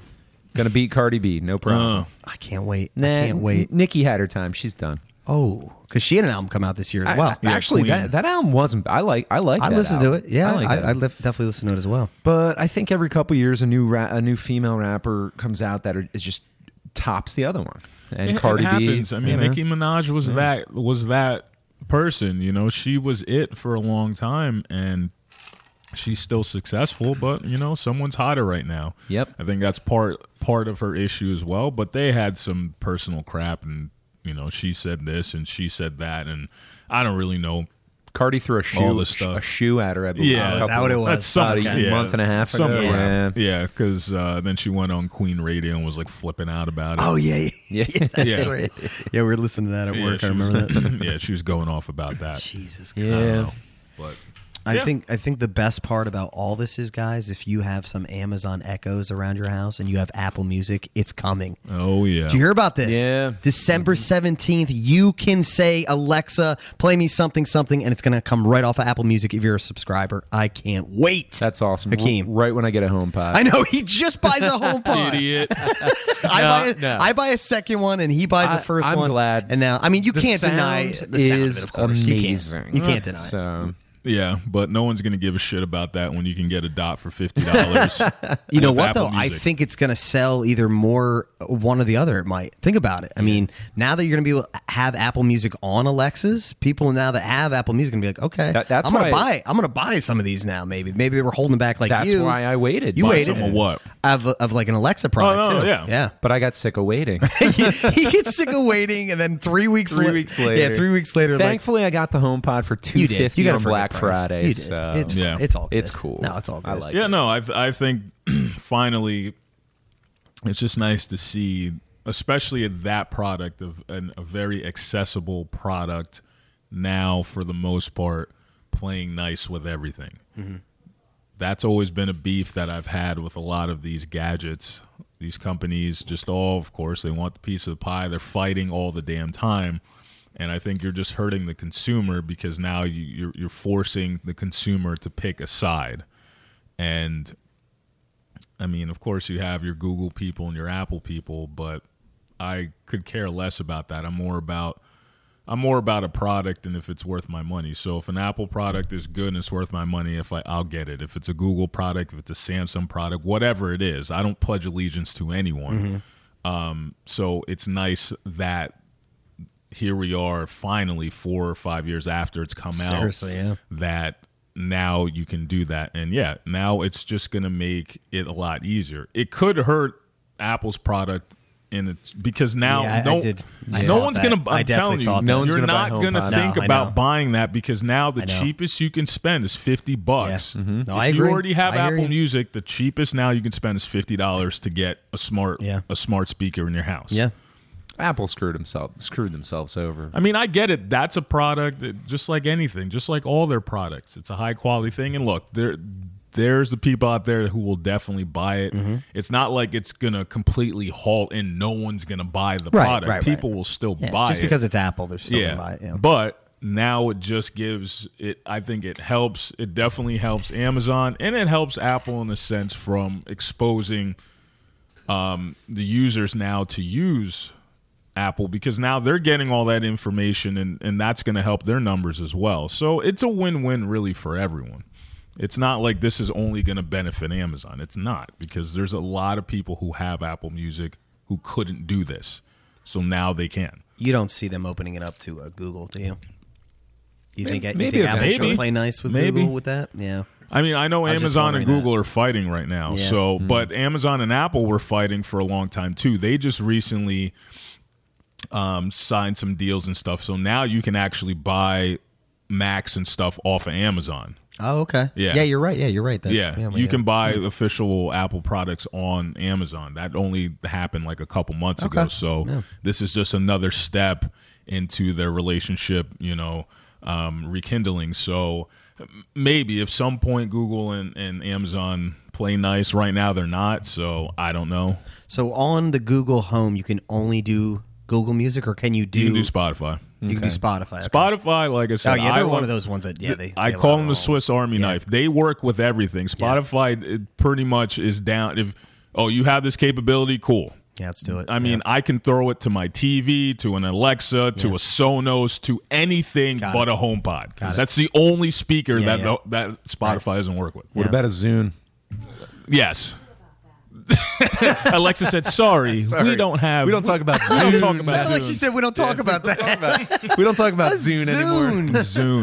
Speaker 4: Gonna beat Cardi B. No problem.
Speaker 3: uh,
Speaker 2: I can't wait.
Speaker 4: Nah,
Speaker 2: I can't wait.
Speaker 4: N- Nikki had her time. She's done.
Speaker 2: Oh, because she had an album come out this year as well.
Speaker 4: I-
Speaker 2: I,
Speaker 4: I-
Speaker 3: Yeah,
Speaker 4: actually,
Speaker 3: Queen.
Speaker 4: that, that album wasn't. I like. I like. that
Speaker 2: listened
Speaker 4: album.
Speaker 2: to it. Yeah, I,
Speaker 4: like
Speaker 2: I,
Speaker 4: that album.
Speaker 2: lef- definitely listened to it as well.
Speaker 4: But I think every couple years, a new ra- a new female rapper comes out that are, is just tops the other one. And
Speaker 3: it,
Speaker 4: Cardi
Speaker 3: it happens.
Speaker 4: B.
Speaker 3: I
Speaker 4: you
Speaker 3: mean,
Speaker 4: know.
Speaker 3: Nicki Minaj was that was that person. You know, she was it for a long time, and she's still successful. But you know, someone's hotter right now.
Speaker 4: Yep.
Speaker 3: I think that's part part of her issue as well. But they had some personal crap, and you know, she said this and she said that, and I don't really know
Speaker 4: Cardi threw a shoe,
Speaker 3: All this stuff.
Speaker 4: a shoe at her. I believe. a
Speaker 3: Yeah, is
Speaker 2: that
Speaker 4: couple-
Speaker 2: what it was?
Speaker 3: That's some-
Speaker 4: About a
Speaker 3: okay. yeah,
Speaker 4: month and a half ago.
Speaker 3: something like
Speaker 4: Yeah.
Speaker 3: that. Yeah, because uh, then she went on Queen Radio and was like flipping out about it.
Speaker 2: Oh yeah, yeah,
Speaker 4: (laughs) Yeah.
Speaker 2: (laughs) that's
Speaker 3: Yeah.
Speaker 2: right. Yeah, we were listening to that at
Speaker 3: yeah,
Speaker 2: work.
Speaker 3: she
Speaker 2: I remember
Speaker 3: was,
Speaker 4: (laughs)
Speaker 2: that.
Speaker 3: (laughs) yeah, she was going off
Speaker 2: (laughs)
Speaker 3: about that.
Speaker 2: Jesus Christ.
Speaker 4: Yeah.
Speaker 3: But
Speaker 2: I
Speaker 3: Yeah.
Speaker 2: think I think the best part about all this is, guys, if you have some Amazon Echoes around your house and you have Apple Music, it's coming.
Speaker 3: oh yeah,
Speaker 2: Do you hear about this?
Speaker 4: Yeah. Mm-hmm.
Speaker 2: December 17th, you can say, Alexa, play me something, something, and it's going to come right off of Apple Music if you're a subscriber. I can't wait.
Speaker 4: That's awesome.
Speaker 2: Hakeem.
Speaker 4: R- right when I get a home pod.
Speaker 2: I know he just buys a
Speaker 4: (laughs)
Speaker 2: home pod.
Speaker 3: idiot.
Speaker 2: (laughs) I, buy a,
Speaker 4: no.
Speaker 2: I buy a second one and he buys
Speaker 4: I-
Speaker 2: the first
Speaker 4: I'm
Speaker 2: one.
Speaker 4: glad.
Speaker 2: And now, I mean, you
Speaker 4: The
Speaker 2: can't deny
Speaker 4: sound
Speaker 2: the sound
Speaker 4: is
Speaker 2: of it, of course. You
Speaker 4: amazing.
Speaker 2: can't, you can't deny it.
Speaker 4: So
Speaker 3: yeah, but no one's gonna give a shit about that when you can get a dot for
Speaker 2: (laughs)
Speaker 3: fifty dollars.
Speaker 2: You know what though? I think it's going to sell either more one or the other. It might. Think about it. I mean, now that you're going to be able to have Apple Music on Alexas, people now that have Apple Music are going to be like, okay,
Speaker 4: That- that's
Speaker 2: I'm going to
Speaker 4: why-
Speaker 2: buy. I'm going to buy some of these now. Maybe maybe they were holding back like
Speaker 4: that's
Speaker 2: you.
Speaker 4: why I waited.
Speaker 2: you
Speaker 4: Buy
Speaker 2: waited.
Speaker 3: some of what?
Speaker 2: Of, of like an Alexa product
Speaker 4: Oh,
Speaker 3: no,
Speaker 2: too.
Speaker 3: yeah.
Speaker 2: yeah. (laughs)
Speaker 4: But I got sick of waiting.
Speaker 2: he gets sick of waiting, and then three weeks
Speaker 4: Three
Speaker 2: la-
Speaker 4: weeks
Speaker 2: yeah,
Speaker 4: later.
Speaker 2: three weeks later, like
Speaker 4: Thankfully, I got the home pod for two
Speaker 2: you did.
Speaker 4: fifty
Speaker 2: You got
Speaker 4: on
Speaker 2: a for a good
Speaker 4: Black
Speaker 2: price.
Speaker 4: Friday.
Speaker 2: You did.
Speaker 4: So
Speaker 2: It's fine.
Speaker 3: Yeah.
Speaker 2: it's all good.
Speaker 4: It's cool.
Speaker 2: No, it's all good.
Speaker 4: I like
Speaker 3: Yeah,
Speaker 4: it.
Speaker 3: no, I I think (clears throat) finally it's just nice to see, especially in that product of an, a very accessible product now for the most part playing nice with everything. That's always been a beef that I've had with a lot of these gadgets. These companies just all, of course, they want the piece of the pie. They're fighting all the damn time. And I think you're just hurting the consumer because now you, you're, you're forcing the consumer to pick a side and I mean, of course, you have your Google people and your Apple people, but I could care less about that. I'm more about I'm more about a product and if it's worth my money. So if an Apple product is good and it's worth my money, if I I'll get it. If it's a Google product, if it's a Samsung product, whatever it is, I don't pledge allegiance to anyone.
Speaker 2: Mm-hmm.
Speaker 3: Um, so it's nice that here we are finally four or five years after it's come out
Speaker 2: Seriously, yeah.
Speaker 3: that now you can do that and yeah now it's just going to make it a lot easier it could hurt apple's product in its because now
Speaker 2: Yeah, I- I
Speaker 3: no,
Speaker 2: did- I
Speaker 3: no
Speaker 2: thought
Speaker 3: one's
Speaker 2: that.
Speaker 3: going
Speaker 2: I
Speaker 3: i'm telling
Speaker 2: definitely
Speaker 3: you
Speaker 2: thought that.
Speaker 4: No one's
Speaker 3: you're
Speaker 4: gonna buy
Speaker 3: not going to
Speaker 4: HomePod.
Speaker 3: think
Speaker 2: No, I
Speaker 3: about
Speaker 2: know.
Speaker 3: buying that because now the
Speaker 2: I know.
Speaker 3: cheapest you can spend is 50 bucks
Speaker 2: Yeah. Mhm. No,
Speaker 3: if
Speaker 2: I
Speaker 3: you
Speaker 2: agree.
Speaker 3: already have
Speaker 2: I hear
Speaker 3: apple
Speaker 2: you.
Speaker 3: music the cheapest now you can spend is 50 dollars to get a smart
Speaker 2: Yeah.
Speaker 3: a smart speaker in your house
Speaker 2: yeah.
Speaker 4: Apple screwed himself screwed themselves over.
Speaker 3: I mean, I get it. That's a product, that- just like anything, just like all their products. It's a high quality thing. And look, there, there's the people out there who will definitely buy it.
Speaker 2: Mm-hmm.
Speaker 3: It's not like it's gonna completely halt and no one's gonna buy the
Speaker 2: Right,
Speaker 3: product.
Speaker 2: right, right.
Speaker 3: people will still
Speaker 2: Yeah,
Speaker 3: buy
Speaker 2: just
Speaker 3: it.
Speaker 2: because it's Apple, there's still
Speaker 3: yeah.
Speaker 2: gonna buy it. Yeah.
Speaker 3: But now it just gives it. I think it helps. It definitely helps Amazon and it helps Apple in a sense from exposing um, the users now to use Apple because now they're getting all that information and, and that's going to help their numbers as well. So it's a win win really for everyone. It's not like this is only going to benefit Amazon. It's not because there's a lot of people who have Apple Music who couldn't do this. So now they can.
Speaker 2: You don't see them opening it up to uh, Google, do you? You think you
Speaker 4: maybe
Speaker 2: think Apple's going
Speaker 3: eventually.
Speaker 2: to play nice with
Speaker 3: Maybe.
Speaker 2: Google with that? Yeah.
Speaker 3: I mean, I know
Speaker 2: was just
Speaker 3: Amazon and
Speaker 2: wondering
Speaker 3: Google are fighting right now.
Speaker 2: Yeah. Hmm.
Speaker 3: So, but Amazon and Apple were fighting for a long time too. They just recently um, signed some deals and stuff. So now you can actually buy Macs and stuff off of Amazon.
Speaker 2: Oh, okay.
Speaker 3: Yeah.
Speaker 2: Yeah, you're right. Yeah, you're right. That,
Speaker 3: Yeah,
Speaker 2: well,
Speaker 3: you can buy official Apple products on Amazon. That only happened like a couple months ago.
Speaker 2: Okay.
Speaker 3: So this is just another step into their relationship, you know, um, rekindling. So m- maybe if some point Google and, and Amazon play nice right now, they're not. So I don't know.
Speaker 2: So on the Google Home, you can only do Google Music, or can you do
Speaker 3: You can do Spotify.
Speaker 2: you can do Spotify? okay.
Speaker 3: Spotify, like I
Speaker 2: Oh
Speaker 3: said,
Speaker 2: yeah,
Speaker 3: I
Speaker 2: they're one
Speaker 3: love-
Speaker 2: of those ones that yeah they.
Speaker 3: I
Speaker 2: they
Speaker 3: call
Speaker 2: allow
Speaker 3: them
Speaker 2: all.
Speaker 3: the Swiss Army knife. They work with everything. Spotify it pretty much is down. If oh, you have this capability, cool.
Speaker 2: Yeah, let's do it.
Speaker 3: I mean, I can throw it to my TV, to an Alexa, to a Sonos, to anything
Speaker 2: Got
Speaker 3: but
Speaker 2: it.
Speaker 3: a HomePod.
Speaker 2: it.
Speaker 3: That's the only speaker
Speaker 2: Yeah,
Speaker 3: that
Speaker 2: yeah.
Speaker 3: that Spotify doesn't work with.
Speaker 4: What about a Zune?
Speaker 3: Yes. (laughs) Alexa said, "Sorry, we
Speaker 4: Sorry.
Speaker 3: don't have
Speaker 4: We don't talk about
Speaker 3: (laughs) We don't talk
Speaker 4: Zune.
Speaker 3: about
Speaker 2: Sounds like she
Speaker 3: Zune.
Speaker 2: said we don't talk about that.
Speaker 3: (laughs)
Speaker 4: we don't talk (laughs) about
Speaker 2: A
Speaker 4: Zune anymore.
Speaker 2: Zune.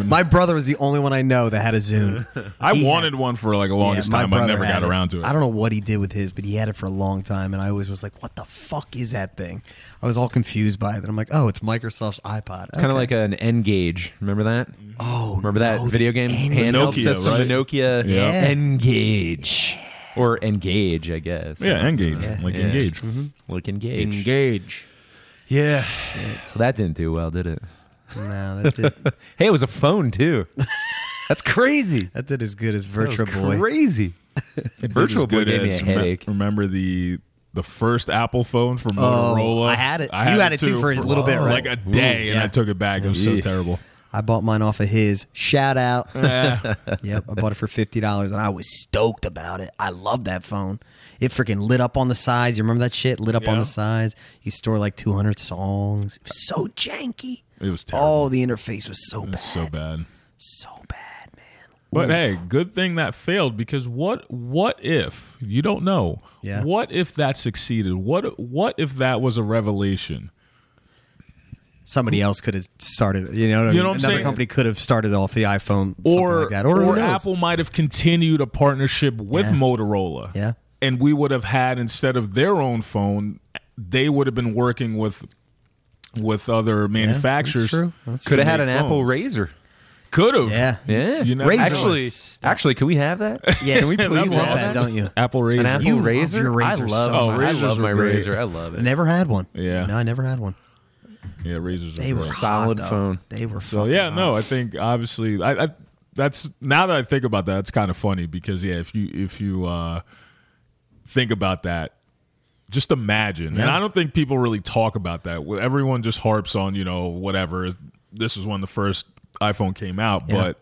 Speaker 3: Zune.
Speaker 2: My brother was the only one I know that had a
Speaker 3: (laughs)
Speaker 2: Zune.
Speaker 3: I
Speaker 2: He
Speaker 3: wanted one for like a longest
Speaker 2: my
Speaker 3: time. I
Speaker 2: brother
Speaker 3: never
Speaker 2: had
Speaker 3: got around to it.
Speaker 2: I don't know what he did with his, but he had it for a long time, and I always was like, "What the fuck is that thing?" I was all confused by it. I'm like, "Oh, it's Microsoft's iPod."
Speaker 4: Kind of like an N Gauge. Remember that?
Speaker 2: oh,
Speaker 4: Remember that
Speaker 2: no,
Speaker 4: video
Speaker 2: the
Speaker 4: game
Speaker 2: N- (laughs)
Speaker 4: handheld
Speaker 3: Nokia,
Speaker 4: system,
Speaker 3: right?
Speaker 4: the Nokia
Speaker 3: Yeah.
Speaker 4: N Gauge or Engage, I guess.
Speaker 3: yeah, engage, like
Speaker 4: Yeah. Mm-hmm.
Speaker 3: engage.
Speaker 4: Like Engage.
Speaker 2: Engage.
Speaker 3: Yeah,
Speaker 4: Well, that didn't do well, did it?
Speaker 2: No, that did
Speaker 4: Hey, it was a phone
Speaker 3: (laughs)
Speaker 4: too. That's crazy.
Speaker 2: that did as good as
Speaker 4: (laughs) That was
Speaker 2: Virtua Boy.
Speaker 4: Crazy. Virtual Boy gave me a
Speaker 3: remem-
Speaker 4: headache.
Speaker 3: Remember the the first Apple phone from Motorola?
Speaker 2: Oh, I had it. You had it too for a little bit,
Speaker 3: oh, like
Speaker 2: right?
Speaker 3: a day, and
Speaker 2: yeah.
Speaker 3: I took it back. It was so
Speaker 4: Yeah. (laughs)
Speaker 3: terrible.
Speaker 2: I bought mine off of his. Shout out. yep, I bought it for fifty dollars, and I was stoked about it. I love that phone. It freaking lit up on the sides. You remember that shit? Lit up on
Speaker 3: Yeah.
Speaker 2: the sides. You store like two hundred songs. It was so janky.
Speaker 3: It was terrible.
Speaker 2: Oh, the interface was so
Speaker 3: It
Speaker 2: bad.
Speaker 3: was so bad.
Speaker 2: So bad, man.
Speaker 3: But hey, good thing that failed because what what if you don't know?
Speaker 2: Yeah.
Speaker 3: What if that succeeded? What what if that was a revelation?
Speaker 2: Somebody else could have started. You know, what I
Speaker 3: You
Speaker 2: mean?
Speaker 3: know what I'm
Speaker 2: another
Speaker 3: saying?
Speaker 2: company could have started off the iPhone something
Speaker 3: Or
Speaker 2: like that, or, who
Speaker 3: or
Speaker 2: knows?
Speaker 3: Apple might have continued a partnership with
Speaker 2: Yeah.
Speaker 3: Motorola.
Speaker 2: Yeah.
Speaker 3: And we would have had instead of their own phone, they would have been working with with other manufacturers.
Speaker 2: true. That's
Speaker 3: to
Speaker 4: Could have had
Speaker 3: make
Speaker 4: an Apple
Speaker 3: phones.
Speaker 4: Razor.
Speaker 3: Could have.
Speaker 2: Yeah.
Speaker 4: Yeah.
Speaker 3: You know,
Speaker 2: Razor
Speaker 4: actually,
Speaker 2: was-
Speaker 4: actually, can we have that?
Speaker 2: Yeah.
Speaker 4: (laughs) Can we
Speaker 2: You
Speaker 4: please have
Speaker 3: love
Speaker 2: want that,
Speaker 4: that?
Speaker 2: don't you?
Speaker 3: Apple Razor.
Speaker 4: An Apple
Speaker 2: You love
Speaker 4: Razor?
Speaker 2: your
Speaker 4: I
Speaker 2: razor
Speaker 4: love,
Speaker 2: so
Speaker 4: my-
Speaker 3: much.
Speaker 4: I
Speaker 3: Razors
Speaker 4: love
Speaker 3: are
Speaker 4: my
Speaker 3: great.
Speaker 4: Razor. I love
Speaker 2: (laughs)
Speaker 4: it.
Speaker 2: Never had one.
Speaker 3: Yeah.
Speaker 2: No, I never had one.
Speaker 3: Yeah, razors.
Speaker 2: They
Speaker 3: are
Speaker 2: were
Speaker 3: great.
Speaker 4: Solid
Speaker 2: hot, though.
Speaker 4: phone.
Speaker 2: They were
Speaker 3: So
Speaker 2: fucking
Speaker 3: yeah,
Speaker 2: hot.
Speaker 3: no, I think obviously I, I that's now that I think about that, it's kind of funny because yeah, if you if you uh think about that, just imagine. And I don't think people really talk about that. Well, Everyone just harps on, you know, whatever. This is when the first iPhone came out,
Speaker 2: Yeah.
Speaker 3: but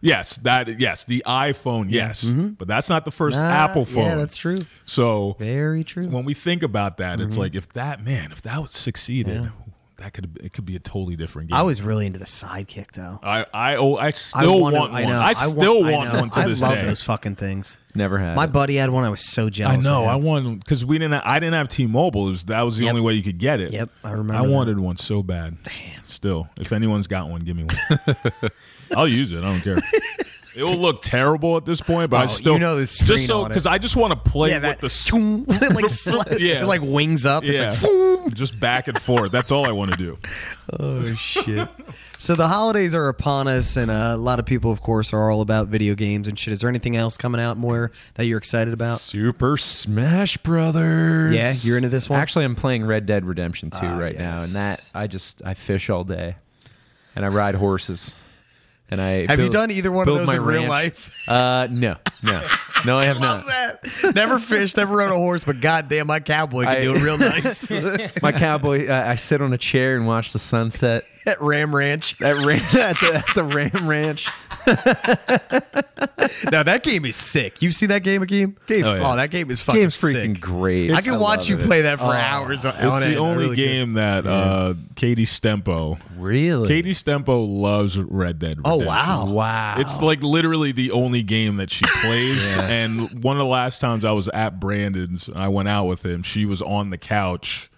Speaker 3: yes, that yes, the iPhone, yes. But that's not the first
Speaker 2: Ah,
Speaker 3: Apple phone.
Speaker 2: Mm-hmm. Yeah, that's true.
Speaker 3: So
Speaker 2: Very true. Mm-hmm.
Speaker 3: when we think about that, it's like if that man, if that would succeeded, that could it could be a totally different game.
Speaker 2: I was really into the sidekick though.
Speaker 3: I I oh, I
Speaker 2: I
Speaker 3: still
Speaker 2: wanted-
Speaker 3: want one. I,
Speaker 2: know, wa-
Speaker 3: still
Speaker 2: I
Speaker 3: want
Speaker 2: know.
Speaker 3: one to
Speaker 2: I
Speaker 3: this
Speaker 2: love
Speaker 3: day.
Speaker 2: those fucking things.
Speaker 4: Never had.
Speaker 2: My
Speaker 4: it.
Speaker 2: buddy had one. I was so
Speaker 3: I
Speaker 2: jealous.
Speaker 3: know.
Speaker 2: Of
Speaker 3: I
Speaker 2: him.
Speaker 3: want because we didn't. I didn't have T-Mobile. It was, that was the only way you could get it.
Speaker 2: Yep, I remember
Speaker 3: I
Speaker 2: that.
Speaker 3: wanted one so bad. Damn. Still, if anyone's got one, give me one.
Speaker 2: (laughs)
Speaker 3: I'll use it. I don't care. It will look terrible at this point, but I
Speaker 2: Oh,
Speaker 3: still
Speaker 2: you know the
Speaker 3: just
Speaker 2: screen
Speaker 3: so
Speaker 2: on it.
Speaker 3: because I just want to play
Speaker 2: yeah,
Speaker 3: with
Speaker 2: that
Speaker 3: the s-
Speaker 2: swoom, it (laughs) like sli-
Speaker 3: (laughs) Yeah.
Speaker 2: it like wings up.
Speaker 3: yeah,
Speaker 2: It's like (laughs) boom.
Speaker 3: just back and forth. That's all I want
Speaker 2: (laughs)
Speaker 3: to do.
Speaker 2: Oh shit! so the holidays are upon us, and uh, a lot of people, of course, are all about video games and shit. Is there anything else coming out more that you're excited about?
Speaker 4: Super Smash Brothers.
Speaker 2: Yeah, you're into this one?
Speaker 4: Actually, I'm playing Red Dead Redemption 2
Speaker 2: Ah,
Speaker 4: right now,
Speaker 2: yes.
Speaker 4: and that I just I fish all day, and I ride horses, and I
Speaker 2: Have you
Speaker 4: build-
Speaker 2: done either one of
Speaker 4: build
Speaker 2: those
Speaker 4: my
Speaker 2: in real
Speaker 4: ranch.
Speaker 2: life?
Speaker 4: (laughs) Uh, no, no, no, I have
Speaker 2: Love (laughs)
Speaker 4: not.
Speaker 2: that. Never fished, never rode a horse, but goddamn, my cowboy can
Speaker 4: I-
Speaker 2: do it real (laughs) nice at
Speaker 4: My cowboy, uh, I sit on a chair and watch the sunset
Speaker 2: Ram Ranch.
Speaker 4: at, ran- (laughs) at, the, at the Ram Ranch.
Speaker 2: Now that game is sick. You see that game, Akeem? Game, oh,
Speaker 3: Oh, yeah.
Speaker 2: that game is fucking
Speaker 4: Game's freaking
Speaker 2: sick.
Speaker 4: great.
Speaker 2: I Oh, can watch you play that for hours. On
Speaker 3: It's
Speaker 2: end.
Speaker 3: the only
Speaker 2: Really good.
Speaker 3: game that uh, Katie Stempo.
Speaker 4: Really?
Speaker 3: Katie Stempo loves Red Dead.
Speaker 2: Oh
Speaker 3: Redemption.
Speaker 2: wow!
Speaker 4: Wow.
Speaker 3: It's like literally the only game
Speaker 2: (laughs)
Speaker 3: that she plays. And one of the last times I was at Brandon's, I went out with him. She was on the couch,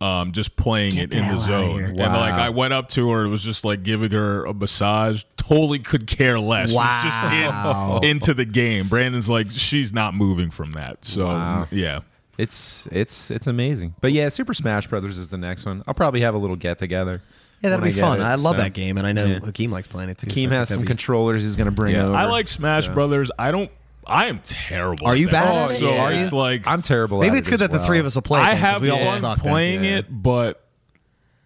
Speaker 3: um, just playing it
Speaker 2: the
Speaker 3: in the
Speaker 2: hell outta
Speaker 3: zone.
Speaker 2: here.
Speaker 3: And
Speaker 4: Wow.
Speaker 3: like I went up to her, it was just like giving her a massage. Totally could care less. It was
Speaker 2: Wow. (laughs)
Speaker 3: just in, into the game. Brandon's like she's not moving from that. So
Speaker 4: Wow.
Speaker 3: yeah,
Speaker 4: It's it's it's amazing. But yeah, Super Smash Brothers is the next one. I'll probably have a little get together.
Speaker 2: Yeah, that'd
Speaker 4: when
Speaker 2: be
Speaker 4: get
Speaker 2: fun.
Speaker 4: it,
Speaker 2: I love
Speaker 4: so.
Speaker 2: that game, and I know
Speaker 4: Yeah.
Speaker 2: Hakeem likes playing it too. so I
Speaker 4: Keem
Speaker 2: think
Speaker 4: has some
Speaker 2: that'd be-
Speaker 4: controllers he's gonna bring over.
Speaker 3: I like Smash Brothers. I don't. I am terrible.
Speaker 2: Are
Speaker 3: at
Speaker 2: you
Speaker 3: that.
Speaker 2: bad at it?
Speaker 3: Oh, So
Speaker 2: Are
Speaker 3: it's
Speaker 2: you?
Speaker 3: like
Speaker 4: I'm terrible.
Speaker 2: Maybe
Speaker 4: at
Speaker 2: it's
Speaker 4: it
Speaker 2: good
Speaker 4: as
Speaker 2: that the
Speaker 4: well.
Speaker 2: three of us will play.
Speaker 3: I
Speaker 2: it, 'cause
Speaker 3: have
Speaker 2: we all
Speaker 3: fun
Speaker 2: suck at it.
Speaker 3: playing
Speaker 4: Yeah.
Speaker 3: it, but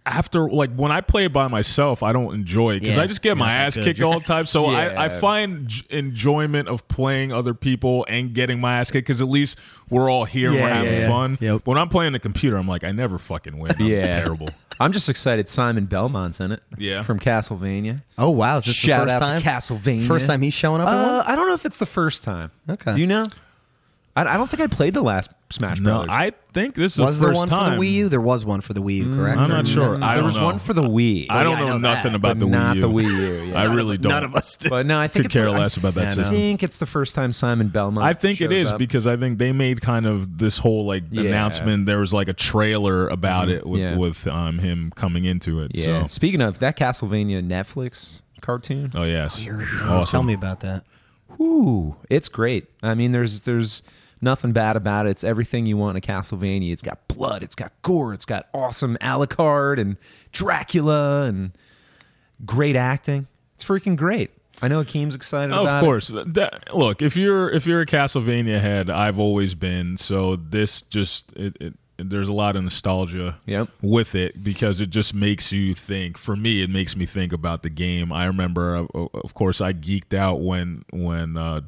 Speaker 3: after like when I play it by myself, I don't enjoy it because
Speaker 2: Yeah,
Speaker 3: I just get
Speaker 2: you're
Speaker 3: my
Speaker 2: not that
Speaker 3: ass
Speaker 2: good.
Speaker 3: kicked all the time. So
Speaker 4: Yeah.
Speaker 3: I, I find j- enjoyment of playing other people and getting my ass kicked because at least we're all here and
Speaker 2: Yeah,
Speaker 3: we're
Speaker 2: yeah,
Speaker 3: having
Speaker 2: yeah.
Speaker 3: fun.
Speaker 2: Yep.
Speaker 3: When I'm playing the computer, I'm like, I never fucking win. I'm
Speaker 4: Yeah.
Speaker 3: terrible.
Speaker 4: I'm just excited. Simon Belmont's in it.
Speaker 3: Yeah.
Speaker 4: from Castlevania.
Speaker 2: Oh wow! Is this
Speaker 4: Shout
Speaker 2: the first
Speaker 4: out
Speaker 2: time?
Speaker 4: to Castlevania.
Speaker 3: Uh,
Speaker 2: First time he's showing up. in one?
Speaker 4: Uh, I don't know if it's the first time.
Speaker 2: Okay.
Speaker 4: Do you know? I, I don't think I played the last Smash
Speaker 3: No,
Speaker 4: Brothers.
Speaker 3: I think this is
Speaker 2: Was
Speaker 3: the
Speaker 2: there
Speaker 3: first
Speaker 2: one
Speaker 3: time. Mm,
Speaker 2: for the Wii U? There was one for the Wii U, correct?
Speaker 3: I'm
Speaker 2: Or-
Speaker 3: not sure. I
Speaker 4: there
Speaker 3: don't
Speaker 4: was
Speaker 3: know.
Speaker 4: one for the Wii.
Speaker 3: I
Speaker 2: yeah,
Speaker 3: don't
Speaker 2: I
Speaker 3: know,
Speaker 2: know
Speaker 3: nothing
Speaker 2: that,
Speaker 4: but
Speaker 3: about the
Speaker 4: not
Speaker 3: Wii U.
Speaker 4: the Wii U, yeah.
Speaker 3: I really don't.
Speaker 2: None of us did.
Speaker 4: But no, I think
Speaker 3: (laughs) Could
Speaker 4: it's
Speaker 3: care less about that
Speaker 4: I
Speaker 3: system.
Speaker 4: think it's the first time Simon Belmont.
Speaker 3: I think it
Speaker 4: shows
Speaker 3: is
Speaker 4: up.
Speaker 3: because I think they made kind of this whole like
Speaker 4: Yeah. Mm-hmm.
Speaker 3: announcement. There was like a trailer about it with
Speaker 4: Yeah.
Speaker 3: with um, him coming into it.
Speaker 4: yeah.
Speaker 3: So,
Speaker 4: Speaking of that Castlevania Netflix cartoon,
Speaker 3: oh yes,
Speaker 2: Tell
Speaker 3: awesome.
Speaker 2: me about that.
Speaker 4: Ooh, it's great. I mean, there's there's nothing bad about it. It's everything you want in a Castlevania. It's got blood, it's got gore, it's got awesome Alucard and Dracula and great acting. It's freaking great. I know Akeem's excited
Speaker 3: Oh,
Speaker 4: about
Speaker 3: of
Speaker 4: it.
Speaker 3: course. That- look, if you're if you're a Castlevania head, I've always been. So this just it, it there's a lot of nostalgia
Speaker 4: Yep.
Speaker 3: with it because it just makes you think. For me, it makes me think about the game. I remember, uh, o- of course, I geeked out when when uh,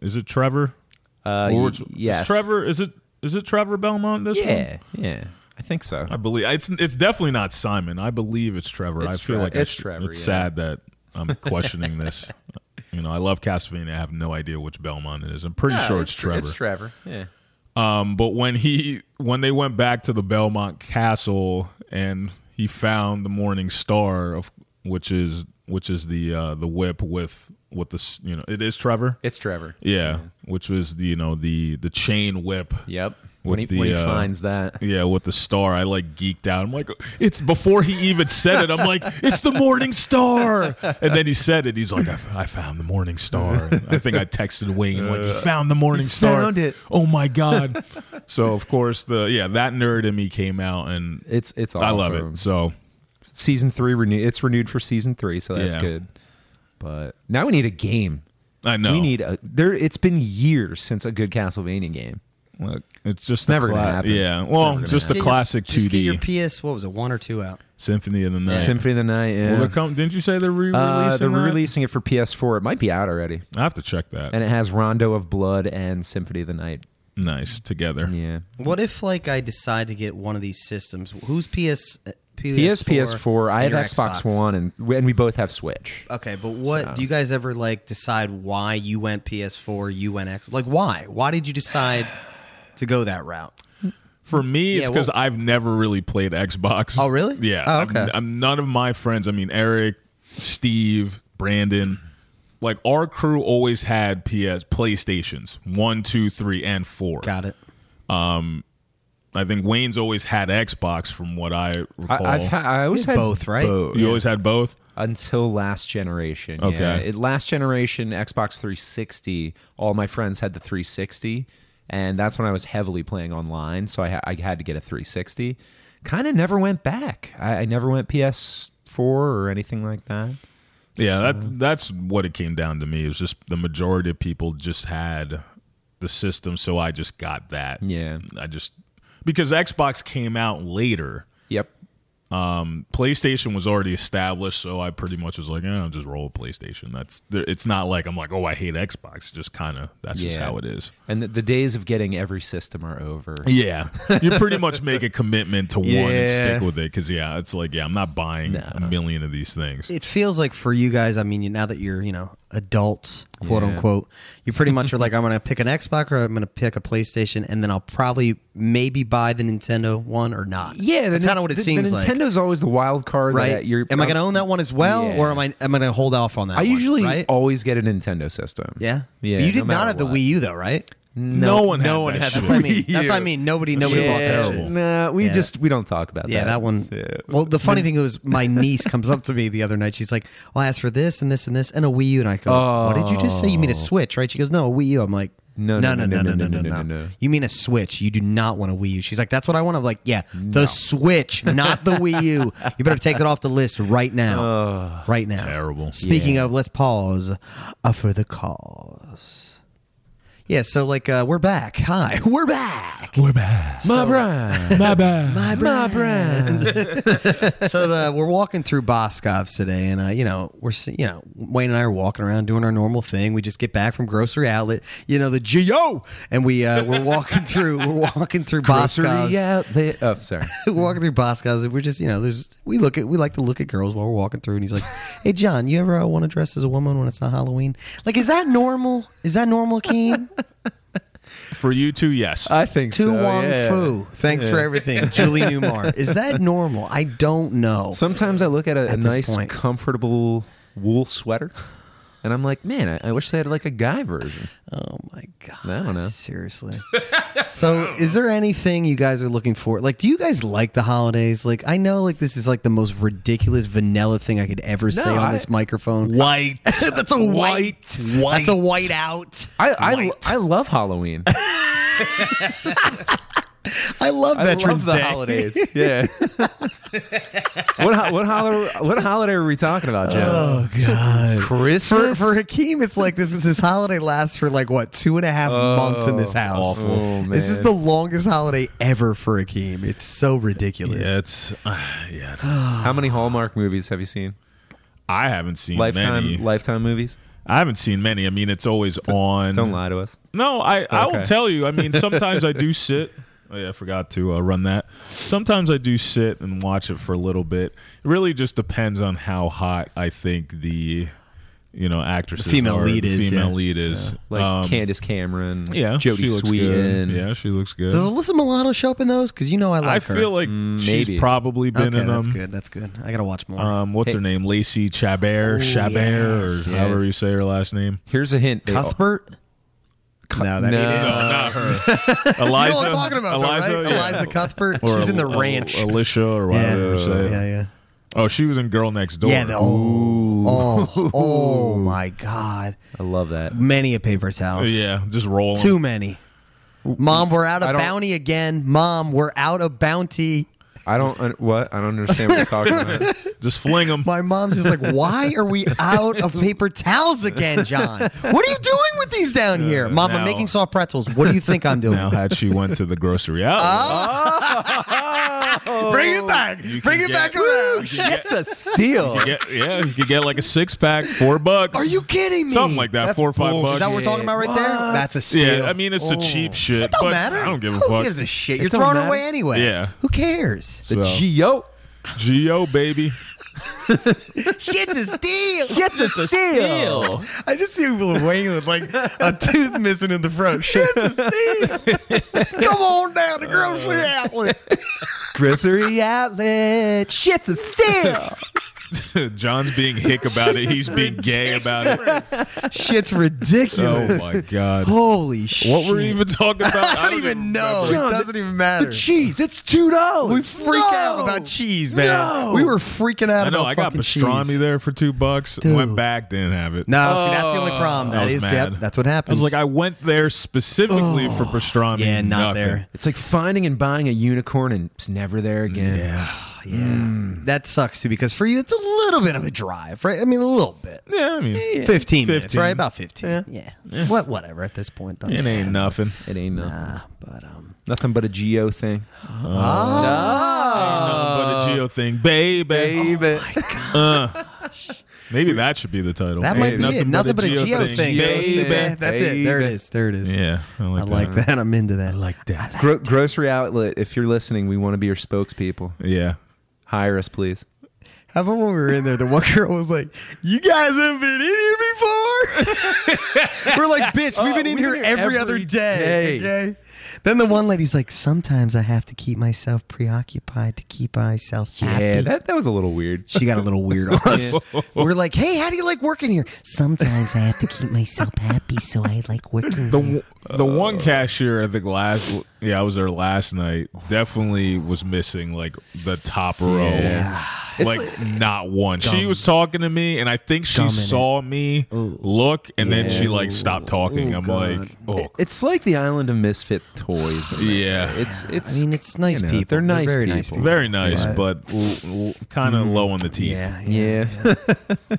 Speaker 3: is it Trevor?
Speaker 4: Uh,
Speaker 3: Or-
Speaker 4: y-
Speaker 3: is
Speaker 4: yes.
Speaker 3: Trevor is it is it Trevor Belmont? This one?
Speaker 4: Yeah, yeah. I think so.
Speaker 3: I believe it's it's definitely not Simon. I believe it's Trevor.
Speaker 4: It's
Speaker 3: I feel
Speaker 4: Tre-
Speaker 3: like I
Speaker 4: it's
Speaker 3: should-
Speaker 4: Trevor,
Speaker 3: It's
Speaker 4: yeah.
Speaker 3: sad that
Speaker 4: (laughs)
Speaker 3: I'm questioning this. You know, I love Castlevania. I have no idea which Belmont it is. I'm pretty
Speaker 4: Yeah,
Speaker 3: sure it's, Trevor.
Speaker 4: It's Trevor. Yeah.
Speaker 3: um, but when he when they went back to the Belmont Castle and he found the Morning Star, of which is which is the uh, the whip with with the s- you know it is Trevor.
Speaker 4: It's Trevor.
Speaker 3: yeah, which was the you know the the chain whip.
Speaker 4: Yep.
Speaker 3: With
Speaker 4: When he,
Speaker 3: the,
Speaker 4: when he
Speaker 3: uh,
Speaker 4: finds that.
Speaker 3: Yeah, with the star, I like geeked out. I'm like, it's before he even said it. I'm like, it's the morning star. And then he said it. He's like, I, I found the morning star. I think I texted Wayne like, you found the morning star.
Speaker 4: found it.
Speaker 3: Oh my god. so of course the yeah that nerd in me came out and
Speaker 4: It's it's awesome.
Speaker 3: I love it. So
Speaker 4: season three renewed. It's renewed for season three, so that's
Speaker 3: Yeah.
Speaker 4: good. But now we need a game.
Speaker 3: I know
Speaker 4: We need a there. It's been years since a good Castlevania game.
Speaker 3: Look, it's just
Speaker 4: never
Speaker 3: the
Speaker 4: gonna happen.
Speaker 3: Yeah,
Speaker 4: It's
Speaker 3: well,
Speaker 4: never gonna
Speaker 3: just the
Speaker 2: Get your-
Speaker 3: classic
Speaker 2: just
Speaker 3: two
Speaker 2: get
Speaker 3: D
Speaker 2: your PS. What was it? One or two out?
Speaker 3: Symphony of the Night.
Speaker 4: Symphony of the Night. Yeah.
Speaker 3: Well, they're com- didn't you say they're re-releasing?
Speaker 4: uh, they're
Speaker 3: that?
Speaker 4: releasing it for PS4. It might be out already,
Speaker 3: I have to check that.
Speaker 4: and it has Rondo of Blood and Symphony of the Night.
Speaker 3: nice together.
Speaker 4: Yeah,
Speaker 2: What if like I decide to get one of these systems? Who's PS? uh,
Speaker 4: PS, PS4. I
Speaker 2: and
Speaker 4: have
Speaker 2: your
Speaker 4: Xbox, One, and we- and we both have Switch.
Speaker 2: Okay, but what do you guys ever like decide why you went PS4, you went X? Like why? Why did you decide to go that route?
Speaker 3: For me, it's
Speaker 2: Yeah,
Speaker 3: because
Speaker 2: well-
Speaker 3: I've never really played Xbox.
Speaker 2: Oh, really?
Speaker 3: (laughs) Yeah.
Speaker 2: Oh,
Speaker 3: I'm-
Speaker 2: okay.
Speaker 3: I'm, none of my friends. I mean, Eric, Steve, Brandon, like our crew always had PS PlayStations one, two, three, and four.
Speaker 2: Got it.
Speaker 3: I think Wayne's always had Xbox, from what I recall.
Speaker 4: I, I've ha- I always
Speaker 2: It's
Speaker 4: had
Speaker 2: both, right?
Speaker 4: both.
Speaker 3: you always had both.
Speaker 4: until last generation.
Speaker 3: Okay.
Speaker 4: Yeah. It, last generation Xbox 360. All my friends had the 360, and that's when I was heavily playing online. So I, ha- I had to get a 360. Kind of never went back. I, I never went PS4 or anything like that.
Speaker 3: Yeah, that that's what it came down to me. It was just the majority of people just had the system, so I just got that.
Speaker 4: Yeah.
Speaker 3: I just because Xbox came out later.
Speaker 4: Yep.
Speaker 3: PlayStation was already established, so I pretty much was like, eh, I'll just roll with PlayStation. That's there- it's not like I'm like, oh, I hate Xbox. It's Just kind of that's just
Speaker 4: Yeah.
Speaker 3: how it is.
Speaker 4: And the, the days of getting every system are over.
Speaker 3: Yeah, you pretty much make a commitment to one and
Speaker 4: Yeah.
Speaker 3: stick with it because yeah, it's like yeah, I'm not buying a million of these things.
Speaker 2: It feels like for you guys, I mean, now that you're, you know, adults, quote
Speaker 4: Yeah.
Speaker 2: unquote, you pretty much are like, I'm going to pick an Xbox or I'm going to pick a PlayStation, and then I'll probably maybe buy the Nintendo one or not.
Speaker 4: Yeah,
Speaker 2: that's
Speaker 4: the,
Speaker 2: kind of what it
Speaker 4: the,
Speaker 2: seems
Speaker 4: the
Speaker 2: like.
Speaker 4: Nintendo's always the wild card.
Speaker 2: right?
Speaker 4: That you're,
Speaker 2: am I going to own that one as well,
Speaker 4: Yeah.
Speaker 2: or am I am I going to hold off on that?
Speaker 4: I
Speaker 2: one,
Speaker 4: usually
Speaker 2: right?
Speaker 4: always get a Nintendo system.
Speaker 2: yeah,
Speaker 4: Yeah.
Speaker 2: But you did
Speaker 4: no
Speaker 2: not
Speaker 4: matter
Speaker 2: have the
Speaker 4: what.
Speaker 2: Wii U though, right?
Speaker 3: No one had that shit.
Speaker 2: That's what I (laughs) mean. That's what I mean. Nobody, nobody
Speaker 3: shit
Speaker 2: bought
Speaker 3: was
Speaker 2: that
Speaker 3: terrible.
Speaker 2: shit.
Speaker 4: Nah, we
Speaker 2: Yeah.
Speaker 4: just we don't talk about
Speaker 2: Yeah,
Speaker 4: that.
Speaker 2: that one. Well, the funny thing was, my niece comes up to me the other night. She's like, "Well, I asked for this and this and this and a Wii U," and I go, "What did you just say? You mean a Switch, right?" She goes, "No, a Wii U." I'm like,
Speaker 4: Oh. No,
Speaker 2: no,
Speaker 4: no,
Speaker 2: no, no,
Speaker 4: no,
Speaker 2: no, no,
Speaker 4: no, no,
Speaker 2: no,
Speaker 4: no, no.
Speaker 2: no. You mean a Switch? You do not want a Wii U." She's like, "That's what I want." I'm like, "Yeah, the Switch, not the Wii U. You better take that off the list right
Speaker 4: (laughs)
Speaker 2: now, right now."
Speaker 3: terrible.
Speaker 2: Speaking
Speaker 4: Oh, Yeah.
Speaker 2: of, let's pause uh, for the cause. Yeah, so like uh, we're back. Hi, (laughs) we're back.
Speaker 3: We're bad.
Speaker 4: (laughs) My brand.
Speaker 3: My bad.
Speaker 2: My so the, we're walking through Boscov's today, and uh, you know we're se- you know Wayne and I are walking around doing our normal thing. We just get back from grocery outlet, you know the GO, and we uh, we're walking through we're walking through Boscov's.
Speaker 4: Yeah. They, oh, sorry.
Speaker 2: (laughs) We're walking through Boscov's, and we're just you know there's we look at we like to look at girls while we're walking through, and he's like, "Hey John, you ever uh,
Speaker 4: (laughs)
Speaker 2: want to dress as a woman when it's not Halloween? Like, is that normal? Is that normal, Keen?
Speaker 3: For you two, yes.
Speaker 4: I think
Speaker 2: Tu
Speaker 4: so.
Speaker 2: Wong
Speaker 4: yeah.
Speaker 2: Fu. Thanks for everything, Julie Newmar. Is that normal? I don't know.
Speaker 4: Sometimes I look at a, a
Speaker 2: At this
Speaker 4: nice,
Speaker 2: point.
Speaker 4: comfortable wool sweater, and I'm like, man, I, I wish they had like a guy version.
Speaker 2: Oh my god!
Speaker 4: I don't know. (laughs)
Speaker 2: Seriously. so, is there anything you guys are looking for? Like, do you guys like the holidays? Like, I know like this is like the most ridiculous vanilla thing I could ever say on
Speaker 4: I-
Speaker 2: this microphone.
Speaker 3: White.
Speaker 2: (laughs) That's a white. That's a white out.
Speaker 4: I I, I
Speaker 2: (laughs)
Speaker 4: love Halloween.
Speaker 2: I love
Speaker 4: I
Speaker 2: Veterans
Speaker 4: love
Speaker 2: Day.
Speaker 4: the holidays. Yeah. what ho- what holiday what holiday are we talking about, Joe?
Speaker 2: (laughs) Oh god. For,
Speaker 4: Christmas.
Speaker 2: for Hakeem, it's like this is his holiday lasts for like what two and a half months in this house.
Speaker 4: Oh, awful. Oh,
Speaker 2: This is
Speaker 4: man.
Speaker 2: the longest holiday ever for Hakeem. It's so ridiculous.
Speaker 3: Yeah, it's uh, yeah. I don't-
Speaker 4: How many Hallmark movies have you seen?
Speaker 3: I haven't seen
Speaker 4: Lifetime
Speaker 3: many.
Speaker 4: Lifetime movies.
Speaker 3: I haven't seen many. I mean, it's always on.
Speaker 4: Don't lie to us.
Speaker 3: No, I I will
Speaker 4: Okay.
Speaker 3: tell you. I mean, sometimes
Speaker 4: (laughs)
Speaker 3: I do sit. Oh yeah, I forgot to uh, run that. Sometimes I do sit and watch it for a little bit. It really just depends on how hot I think the you know actresses,
Speaker 2: The female
Speaker 3: are,
Speaker 2: lead
Speaker 3: the
Speaker 2: is,
Speaker 3: female
Speaker 2: yeah.
Speaker 3: lead is.
Speaker 4: Like
Speaker 3: Um,
Speaker 4: Candace Cameron.
Speaker 3: yeah,
Speaker 4: Jodie
Speaker 3: she looks
Speaker 4: Sweetin.
Speaker 3: Good. Yeah, she looks
Speaker 2: Does
Speaker 3: good.
Speaker 2: Alyssa Milano show up in those? Because you know I
Speaker 3: I
Speaker 2: like her.
Speaker 3: feel like
Speaker 4: Mm, maybe.
Speaker 3: she's probably been
Speaker 2: okay,
Speaker 3: in them.
Speaker 2: that's good. That's good. I gotta watch more.
Speaker 3: Um, what's
Speaker 4: Hey.
Speaker 3: her name? Lacey Chabert, Chabert,
Speaker 2: yes.
Speaker 3: or however you say her last name.
Speaker 4: Here's a hint. They-
Speaker 2: Cuthbert. no, that
Speaker 4: No.
Speaker 2: ain't it. (laughs)
Speaker 4: No,
Speaker 3: not her. Eliza.
Speaker 2: You know what I'm talking about, though,
Speaker 3: Eliza,
Speaker 2: right?
Speaker 3: yeah.
Speaker 2: Eliza Cuthbert.
Speaker 3: Or
Speaker 2: She's in the
Speaker 3: Al-
Speaker 2: ranch.
Speaker 3: Al- Alicia, or
Speaker 2: yeah.
Speaker 3: whatever. you say.
Speaker 2: yeah, yeah,
Speaker 3: Oh, she was in Girl Next Door.
Speaker 2: Yeah, the- oh,
Speaker 3: (laughs)
Speaker 2: oh, oh my God!
Speaker 4: I love that.
Speaker 2: Many a paper towels.
Speaker 3: yeah, just rolling.
Speaker 2: Too many. Mom, we're out
Speaker 4: I
Speaker 2: of
Speaker 4: don't-
Speaker 2: bounty again. Mom, we're out of bounty.
Speaker 4: I don't un- what I don't understand what you're talking
Speaker 3: (laughs)
Speaker 4: about.
Speaker 3: Just fling them.
Speaker 2: My mom's just like, why are
Speaker 3: (laughs)
Speaker 2: we out of paper towels again, John? What are you doing with these down here? Mom, I'm
Speaker 3: Uh, now-
Speaker 2: making soft pretzels. What do you think I'm doing?
Speaker 3: Now had she went to the grocery
Speaker 2: Oh.
Speaker 3: outlet,
Speaker 2: Bring it back.
Speaker 3: You
Speaker 2: Bring
Speaker 3: can
Speaker 2: it
Speaker 3: get-
Speaker 2: back around.
Speaker 3: you could get-
Speaker 4: That's a steal.
Speaker 3: you get- yeah, you could get like a six pack, four bucks.
Speaker 2: Are you kidding me?
Speaker 3: something like that?
Speaker 4: That's
Speaker 3: four or five
Speaker 4: bullshit.
Speaker 2: Is that what
Speaker 3: bucks.
Speaker 2: we're talking about right there? That's a steal.
Speaker 3: yeah, I mean it's a cheap shit,
Speaker 2: Oh. Don't
Speaker 3: but
Speaker 2: matter.
Speaker 3: I don't give a
Speaker 2: Who
Speaker 3: fuck.
Speaker 2: gives a shit?
Speaker 4: It
Speaker 2: You're
Speaker 4: don't
Speaker 2: throwing it
Speaker 4: matter.
Speaker 2: away anyway.
Speaker 3: Yeah.
Speaker 2: Who cares?
Speaker 3: So,
Speaker 4: Geo.
Speaker 3: Geo baby. (laughs)
Speaker 2: Shit's a steal.
Speaker 4: Shit's a steal.
Speaker 2: I just see people wailing with like a tooth missing in the
Speaker 3: (laughs)
Speaker 2: front. Shit's a steal. Come on down to grocery
Speaker 3: Uh.
Speaker 2: outlet.
Speaker 4: Grocery outlet. Shit's a steal.
Speaker 2: (laughs)
Speaker 3: John's being hick about it. He's being gay about it.
Speaker 2: Shit's
Speaker 3: Oh
Speaker 2: ridiculous.
Speaker 3: my god.
Speaker 2: Holy shit.
Speaker 3: What were we even talking about?
Speaker 2: I don't even know.
Speaker 3: remember.
Speaker 2: it
Speaker 4: John,
Speaker 2: doesn't even matter.
Speaker 4: cheese. It's two dollars.
Speaker 2: We freak out about cheese, man.
Speaker 4: No.
Speaker 2: We were freaking out
Speaker 3: I know.
Speaker 2: about
Speaker 3: I got
Speaker 2: fucking
Speaker 3: pastrami
Speaker 2: cheese.
Speaker 3: there for two bucks. Went back, didn't have it.
Speaker 2: No, see, that's the only problem.
Speaker 3: Oh. I
Speaker 2: That
Speaker 3: was
Speaker 2: is,
Speaker 3: mad.
Speaker 2: yep, that's what
Speaker 3: I
Speaker 2: happens. Oh.
Speaker 3: was like, I went there specifically for pastrami.
Speaker 2: yeah, not
Speaker 3: Nothing.
Speaker 2: there.
Speaker 4: It's like finding and buying a unicorn and it's never there again.
Speaker 3: Yeah,
Speaker 2: Yeah,
Speaker 3: Hmm.
Speaker 2: that sucks too because for you it's a little bit of a drive, right? I mean, a little bit,
Speaker 3: yeah. I mean,
Speaker 2: fifteen, minutes,
Speaker 3: 15.
Speaker 2: right? About fifteen. Yeah. What? Whatever. At this point, though,
Speaker 3: it ain't nothing.
Speaker 4: It ain't nothing.
Speaker 2: Nah, Oh. but um,
Speaker 4: Nothing but a geo thing.
Speaker 2: Uh,
Speaker 3: Nothing but a geo thing, baby.
Speaker 2: Oh
Speaker 4: Baby.
Speaker 3: Maybe that should be the title.
Speaker 2: that
Speaker 3: Ain't
Speaker 2: might be it. Nothing but a geo thing,
Speaker 3: baby.
Speaker 2: baby.
Speaker 4: Baby.
Speaker 2: That's it. There it is. There it is.
Speaker 3: Yeah, I
Speaker 2: I
Speaker 3: like,
Speaker 2: like that. I'm into that. I like that.
Speaker 4: Gro- grocery outlet. If you're listening, we want to be your spokespeople.
Speaker 3: Yeah.
Speaker 4: Hire us, please.
Speaker 2: How about when we were in there? The one girl was like, "You guys haven't been in here before." we're like, "Bitch, we've been in
Speaker 4: we've
Speaker 2: here
Speaker 4: been here
Speaker 2: every, other
Speaker 4: every
Speaker 2: day."
Speaker 4: day.
Speaker 2: Okay. Then the one lady's like, "Sometimes I have to keep myself preoccupied to keep myself happy."
Speaker 4: Yeah, that, that was a little weird.
Speaker 2: She (laughs) got a little weird on us. We're like, hey, how do you like working here? Sometimes I have to keep myself happy, so I like working.
Speaker 3: The w-
Speaker 2: Uh,
Speaker 3: the one cashier I think last yeah I was there last night definitely was missing like the top row like, not one she was talking to me and I think she
Speaker 2: in it.
Speaker 3: saw me look and then she like stopped talking I'm like oh
Speaker 4: It's like the island of misfit toys.
Speaker 3: yeah
Speaker 4: It's it's.
Speaker 2: I mean, it's nice
Speaker 4: you know,
Speaker 2: people.
Speaker 4: They're nice
Speaker 2: very
Speaker 4: people.
Speaker 2: nice people.
Speaker 3: very nice but l- l- kind of low on the teeth
Speaker 2: Mm. Yeah, yeah,
Speaker 4: Yeah.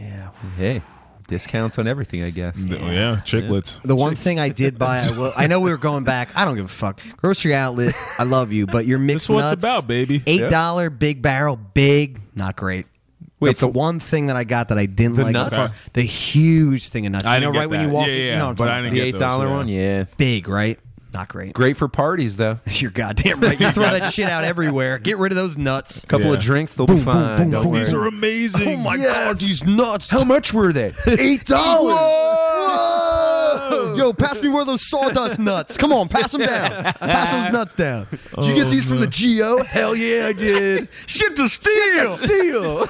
Speaker 2: yeah.
Speaker 4: hey, discounts on everything, I guess.
Speaker 3: Th- yeah chiclets
Speaker 2: The one thing I did buy, I, will, I know we were going back. I don't give a fuck. Grocery outlet, I love you, but your mixed
Speaker 3: that's what it's
Speaker 2: nuts,
Speaker 3: about baby
Speaker 2: eight dollar big barrel, big, not great. Wait,
Speaker 4: Wait,
Speaker 2: the
Speaker 4: the-
Speaker 2: one thing that I got that I didn't
Speaker 4: The
Speaker 2: like so
Speaker 4: nuts?
Speaker 2: far, the huge thing of nuts.
Speaker 3: I
Speaker 2: you know,
Speaker 3: didn't get
Speaker 2: right when you
Speaker 3: that.
Speaker 2: walk,
Speaker 3: Yeah,
Speaker 2: you
Speaker 3: yeah,
Speaker 2: know, what I'm
Speaker 3: but I
Speaker 2: talking
Speaker 3: didn't
Speaker 4: The
Speaker 3: get
Speaker 4: eight
Speaker 3: those,
Speaker 4: dollar
Speaker 3: yeah.
Speaker 4: one, yeah.
Speaker 2: about. big, right? Not great.
Speaker 4: Great for parties though.
Speaker 2: (laughs)
Speaker 4: A
Speaker 2: You're goddamn right. You
Speaker 3: (laughs)
Speaker 2: throw that shit out everywhere. Get rid of those nuts.
Speaker 4: couple
Speaker 3: Yeah.
Speaker 4: of drinks, they'll be fine.
Speaker 2: boom,
Speaker 4: don't
Speaker 2: boom.
Speaker 4: worry.
Speaker 3: these are amazing
Speaker 2: Oh my god, these nuts.
Speaker 4: How much were they? Eight dollars.
Speaker 2: Yo, pass me one of those sawdust nuts. Come on, pass them down. Pass those nuts down. Did you get these from the Geo? Hell yeah, I did. Shit to steal. Steal.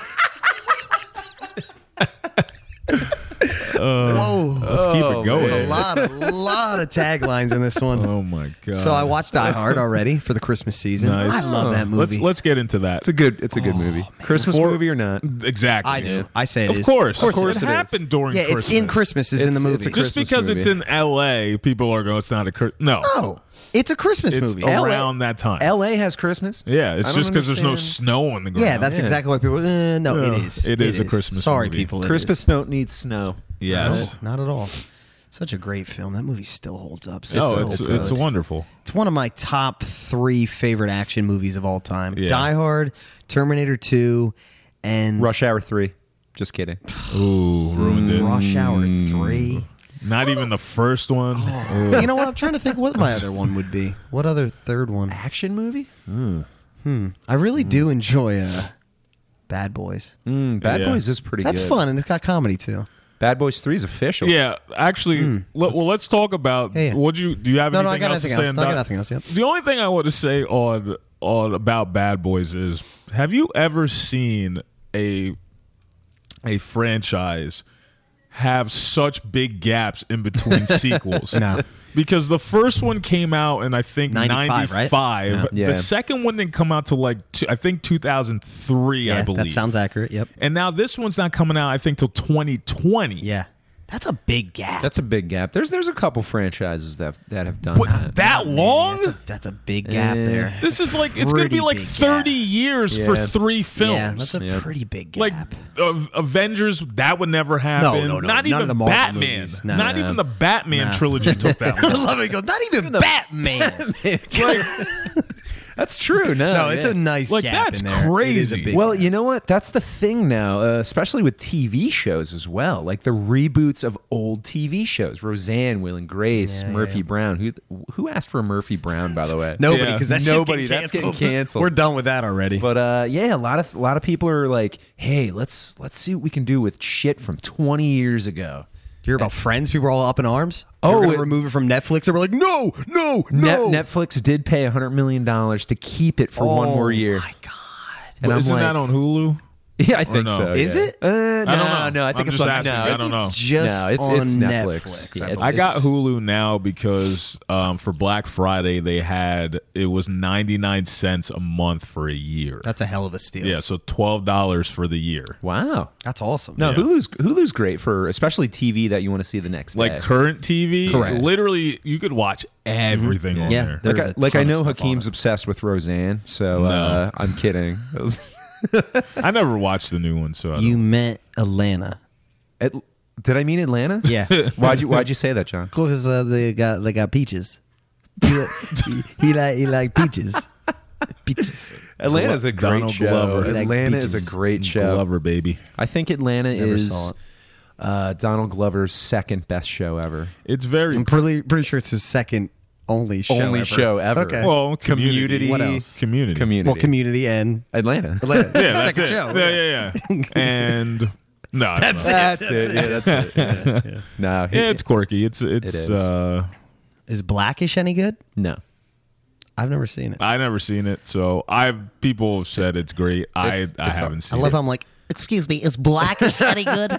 Speaker 2: Whoa.
Speaker 3: Oh Let's keep
Speaker 4: Oh,
Speaker 3: it going.
Speaker 2: There's Oh, a lot, a lot of taglines in this one.
Speaker 3: Oh my god.
Speaker 2: So I watched Die Hard already for the Christmas season.
Speaker 3: Nice.
Speaker 2: I love that movie.
Speaker 3: Let's let's get into that.
Speaker 4: It's a good. It's a good movie. Christmas movie or not?
Speaker 3: exactly.
Speaker 2: I do. I say it
Speaker 3: Of
Speaker 2: is.
Speaker 3: course.
Speaker 4: Of course
Speaker 3: It,
Speaker 4: it is.
Speaker 3: happened during
Speaker 2: Yeah,
Speaker 3: Christmas.
Speaker 2: it's in Christmas. Is in the
Speaker 4: It's-
Speaker 2: movie.
Speaker 4: it's a Christmas
Speaker 3: Just because it's in
Speaker 4: movie.
Speaker 3: LA, people are going it's not a Christmas. No.
Speaker 2: no, it's a Christmas
Speaker 3: It's
Speaker 2: movie.
Speaker 4: LA.
Speaker 3: around that time.
Speaker 4: L.A. has Christmas.
Speaker 3: yeah, it's
Speaker 4: I don't
Speaker 3: just because there's no
Speaker 4: understand.
Speaker 3: snow on the ground.
Speaker 2: yeah, that's
Speaker 4: Yeah.
Speaker 2: exactly why people. Uh, no, it
Speaker 3: Yeah.
Speaker 2: is.
Speaker 3: It is a Christmas
Speaker 2: Sorry,
Speaker 3: movie.
Speaker 2: people. it
Speaker 4: Christmas
Speaker 2: is.
Speaker 4: don't need snow.
Speaker 2: No,
Speaker 3: yes.
Speaker 2: not at all. Such a great film. That movie still holds up.
Speaker 3: No,
Speaker 2: So
Speaker 3: it's
Speaker 2: good.
Speaker 3: it's wonderful.
Speaker 2: It's one of my top three favorite action movies of all time.
Speaker 3: Yeah.
Speaker 2: Die Hard, Terminator Two, and
Speaker 4: Rush Hour Three. Just kidding.
Speaker 3: Ooh, ruined it.
Speaker 2: Rush Hour
Speaker 3: Mm.
Speaker 2: Three.
Speaker 3: Not even the first one.
Speaker 2: Oh.
Speaker 3: Ugh.
Speaker 2: You know what? I'm trying to think what my other one would be. What other third one?
Speaker 4: Action movie.
Speaker 2: I really
Speaker 3: Mm.
Speaker 2: do enjoy uh, Bad Boys.
Speaker 4: Mm, Bad
Speaker 3: Yeah.
Speaker 4: Boys is pretty.
Speaker 2: That's
Speaker 4: good.
Speaker 2: fun, and it's got comedy too.
Speaker 4: Bad Boys Three is official.
Speaker 3: Yeah, actually, let, well, let's talk about.
Speaker 2: Hmm, Yeah, yeah.
Speaker 3: Would you do you have
Speaker 2: No, no, I
Speaker 3: anything
Speaker 2: got
Speaker 3: else to
Speaker 2: nothing
Speaker 3: say?
Speaker 2: else.
Speaker 3: on
Speaker 2: No, I got
Speaker 3: Doc-
Speaker 2: nothing else, yep.
Speaker 3: The only thing I want to say on on about Bad Boys is: Have you ever seen a a franchise have such big gaps
Speaker 2: (laughs)
Speaker 3: in between sequels?
Speaker 2: No.
Speaker 3: Because the first one came out in I think
Speaker 2: 95,
Speaker 3: ninety
Speaker 2: right?
Speaker 3: five.
Speaker 4: Yeah.
Speaker 3: The second one didn't come out till like two, I think two thousand three. I
Speaker 2: Yeah,
Speaker 3: believe
Speaker 2: that sounds accurate. Yep.
Speaker 3: And now this one's not coming out I think till twenty twenty.
Speaker 2: Yeah, that's a big gap.
Speaker 4: That's a big gap. There's there's a couple franchises that that have done
Speaker 3: But
Speaker 4: that.
Speaker 3: that long?
Speaker 2: That's a, that's a big gap
Speaker 4: Yeah.
Speaker 2: there.
Speaker 3: This is like it's going to
Speaker 2: Pretty
Speaker 3: be like
Speaker 2: big
Speaker 3: 30
Speaker 2: gap.
Speaker 3: years for
Speaker 4: Yeah.
Speaker 3: three
Speaker 2: Yeah,
Speaker 3: films.
Speaker 2: that's a
Speaker 4: Yeah.
Speaker 2: pretty big gap.
Speaker 3: like uh, Avengers, that would never
Speaker 2: no,
Speaker 3: happen.
Speaker 2: no,
Speaker 3: Not
Speaker 2: none
Speaker 3: even
Speaker 2: of the Marvel
Speaker 3: Batman.
Speaker 2: movies, no.
Speaker 3: Not
Speaker 2: Nah.
Speaker 3: even the Batman trilogy
Speaker 2: (laughs)
Speaker 3: took that.
Speaker 2: I
Speaker 3: Long.
Speaker 2: love it. He Goes not even Batman.
Speaker 4: (laughs) That's true.
Speaker 2: (laughs)
Speaker 4: No,
Speaker 2: no, it's
Speaker 4: yeah.
Speaker 2: a nice
Speaker 3: Like,
Speaker 2: gap.
Speaker 3: that's
Speaker 2: in there. It is a
Speaker 3: crazy.
Speaker 2: big
Speaker 4: Well,
Speaker 2: gap.
Speaker 4: you know what? That's the thing now, uh, especially with TV shows as well. Like the reboots of old TV shows, Roseanne, Will and Grace,
Speaker 2: Yeah,
Speaker 4: Murphy
Speaker 2: yeah.
Speaker 4: Brown. Who who asked for Murphy Brown? By the way,
Speaker 2: nobody
Speaker 3: yeah.
Speaker 2: because that's
Speaker 4: Nobody, that's getting canceled.
Speaker 2: We're done with that already.
Speaker 4: But uh, yeah, a lot of a lot of people are like, "Hey, let's let's see what we can do with shit from 20 years ago."
Speaker 2: Do you hear about Friends? People are all up in arms. They
Speaker 4: Oh,
Speaker 2: were gonna
Speaker 4: it-
Speaker 2: remove it from Netflix. They were like, no, no,
Speaker 4: Net-
Speaker 2: no.
Speaker 4: Netflix did pay 100 million dollars to keep it for one
Speaker 2: Oh
Speaker 4: more year.
Speaker 2: My God.
Speaker 4: And I'm
Speaker 3: Isn't
Speaker 4: like,
Speaker 3: that on Hulu?
Speaker 4: (laughs) Yeah, I think
Speaker 3: no?
Speaker 4: so.
Speaker 2: Is
Speaker 4: yeah.
Speaker 2: it?
Speaker 4: Uh, no,
Speaker 3: I don't know.
Speaker 4: no, I think
Speaker 3: I'm
Speaker 4: it's
Speaker 3: just
Speaker 4: on.
Speaker 3: asking.
Speaker 4: no,
Speaker 3: I
Speaker 4: it's-
Speaker 3: don't
Speaker 2: it's
Speaker 3: know.
Speaker 2: just
Speaker 4: No, it's-
Speaker 2: on
Speaker 4: it's Netflix.
Speaker 2: Netflix.
Speaker 4: Yeah,
Speaker 2: I
Speaker 4: it's-
Speaker 2: believe.
Speaker 3: I got
Speaker 4: It's-
Speaker 3: Hulu now because um, for Black Friday they had it was 99 cents a month for a year.
Speaker 2: that's a hell of a steal.
Speaker 3: yeah, so $12 for the year.
Speaker 4: Wow.
Speaker 2: That's awesome.
Speaker 4: No,
Speaker 3: Yeah.
Speaker 4: Hulu's Hulu's great for especially TV that you want to see the next
Speaker 3: Like
Speaker 4: day.
Speaker 3: current TV,
Speaker 2: Correct. Mm-hmm.
Speaker 3: literally you could watch everything on
Speaker 2: Yeah, there-
Speaker 3: there.
Speaker 4: like, I,
Speaker 2: there's a
Speaker 4: like
Speaker 2: ton
Speaker 4: I
Speaker 2: of
Speaker 4: know
Speaker 2: stuff on
Speaker 4: Hakeem's
Speaker 2: it.
Speaker 4: obsessed with Roseanne, so uh, I'm kidding. It was- (laughs)
Speaker 3: I never watched the new one, so I
Speaker 2: You
Speaker 3: don't.
Speaker 2: meant Atlanta.
Speaker 4: At- did I mean Atlanta?
Speaker 2: Yeah.
Speaker 4: Why'd you Why'd you say that, John?
Speaker 2: Cool, because uh, they got they got peaches. He, he, he like he like
Speaker 4: (laughs)
Speaker 2: peaches. Peaches.
Speaker 4: Atlanta's a great
Speaker 3: Donald
Speaker 4: show.
Speaker 3: Glover.
Speaker 2: Like
Speaker 4: Atlanta is
Speaker 2: beaches
Speaker 4: a great show.
Speaker 3: Glover baby.
Speaker 4: I think Atlanta
Speaker 2: Never
Speaker 4: is
Speaker 2: saw it.
Speaker 4: uh, Donald Glover's second best show ever.
Speaker 3: It's very
Speaker 2: I'm pretty pretty sure it's his second only show.
Speaker 4: Only
Speaker 2: ever.
Speaker 4: show ever.
Speaker 2: Okay.
Speaker 3: well.
Speaker 4: Community.
Speaker 3: Community.
Speaker 2: What else?
Speaker 3: Community.
Speaker 4: Community.
Speaker 2: well, community and
Speaker 4: Atlanta.
Speaker 2: Atlanta.
Speaker 3: (laughs) Yeah, that's
Speaker 2: second
Speaker 3: it.
Speaker 2: show.
Speaker 3: Yeah, yeah, yeah. and no, I don't
Speaker 4: (laughs)
Speaker 3: know.
Speaker 4: That's, it. Yeah, that's it. Yeah. No, he-
Speaker 3: Yeah, it's quirky. It's it's.
Speaker 4: is.
Speaker 3: uh
Speaker 2: Is Blackish any good?
Speaker 4: no.
Speaker 2: I've never seen it.
Speaker 3: I never seen it, so I've people have said it's great. I
Speaker 4: It's-
Speaker 3: I
Speaker 4: it's-
Speaker 3: haven't
Speaker 5: I
Speaker 3: seen
Speaker 5: love
Speaker 3: it.
Speaker 5: how I'm like, excuse me, is Blackish any
Speaker 3: (laughs)
Speaker 5: good?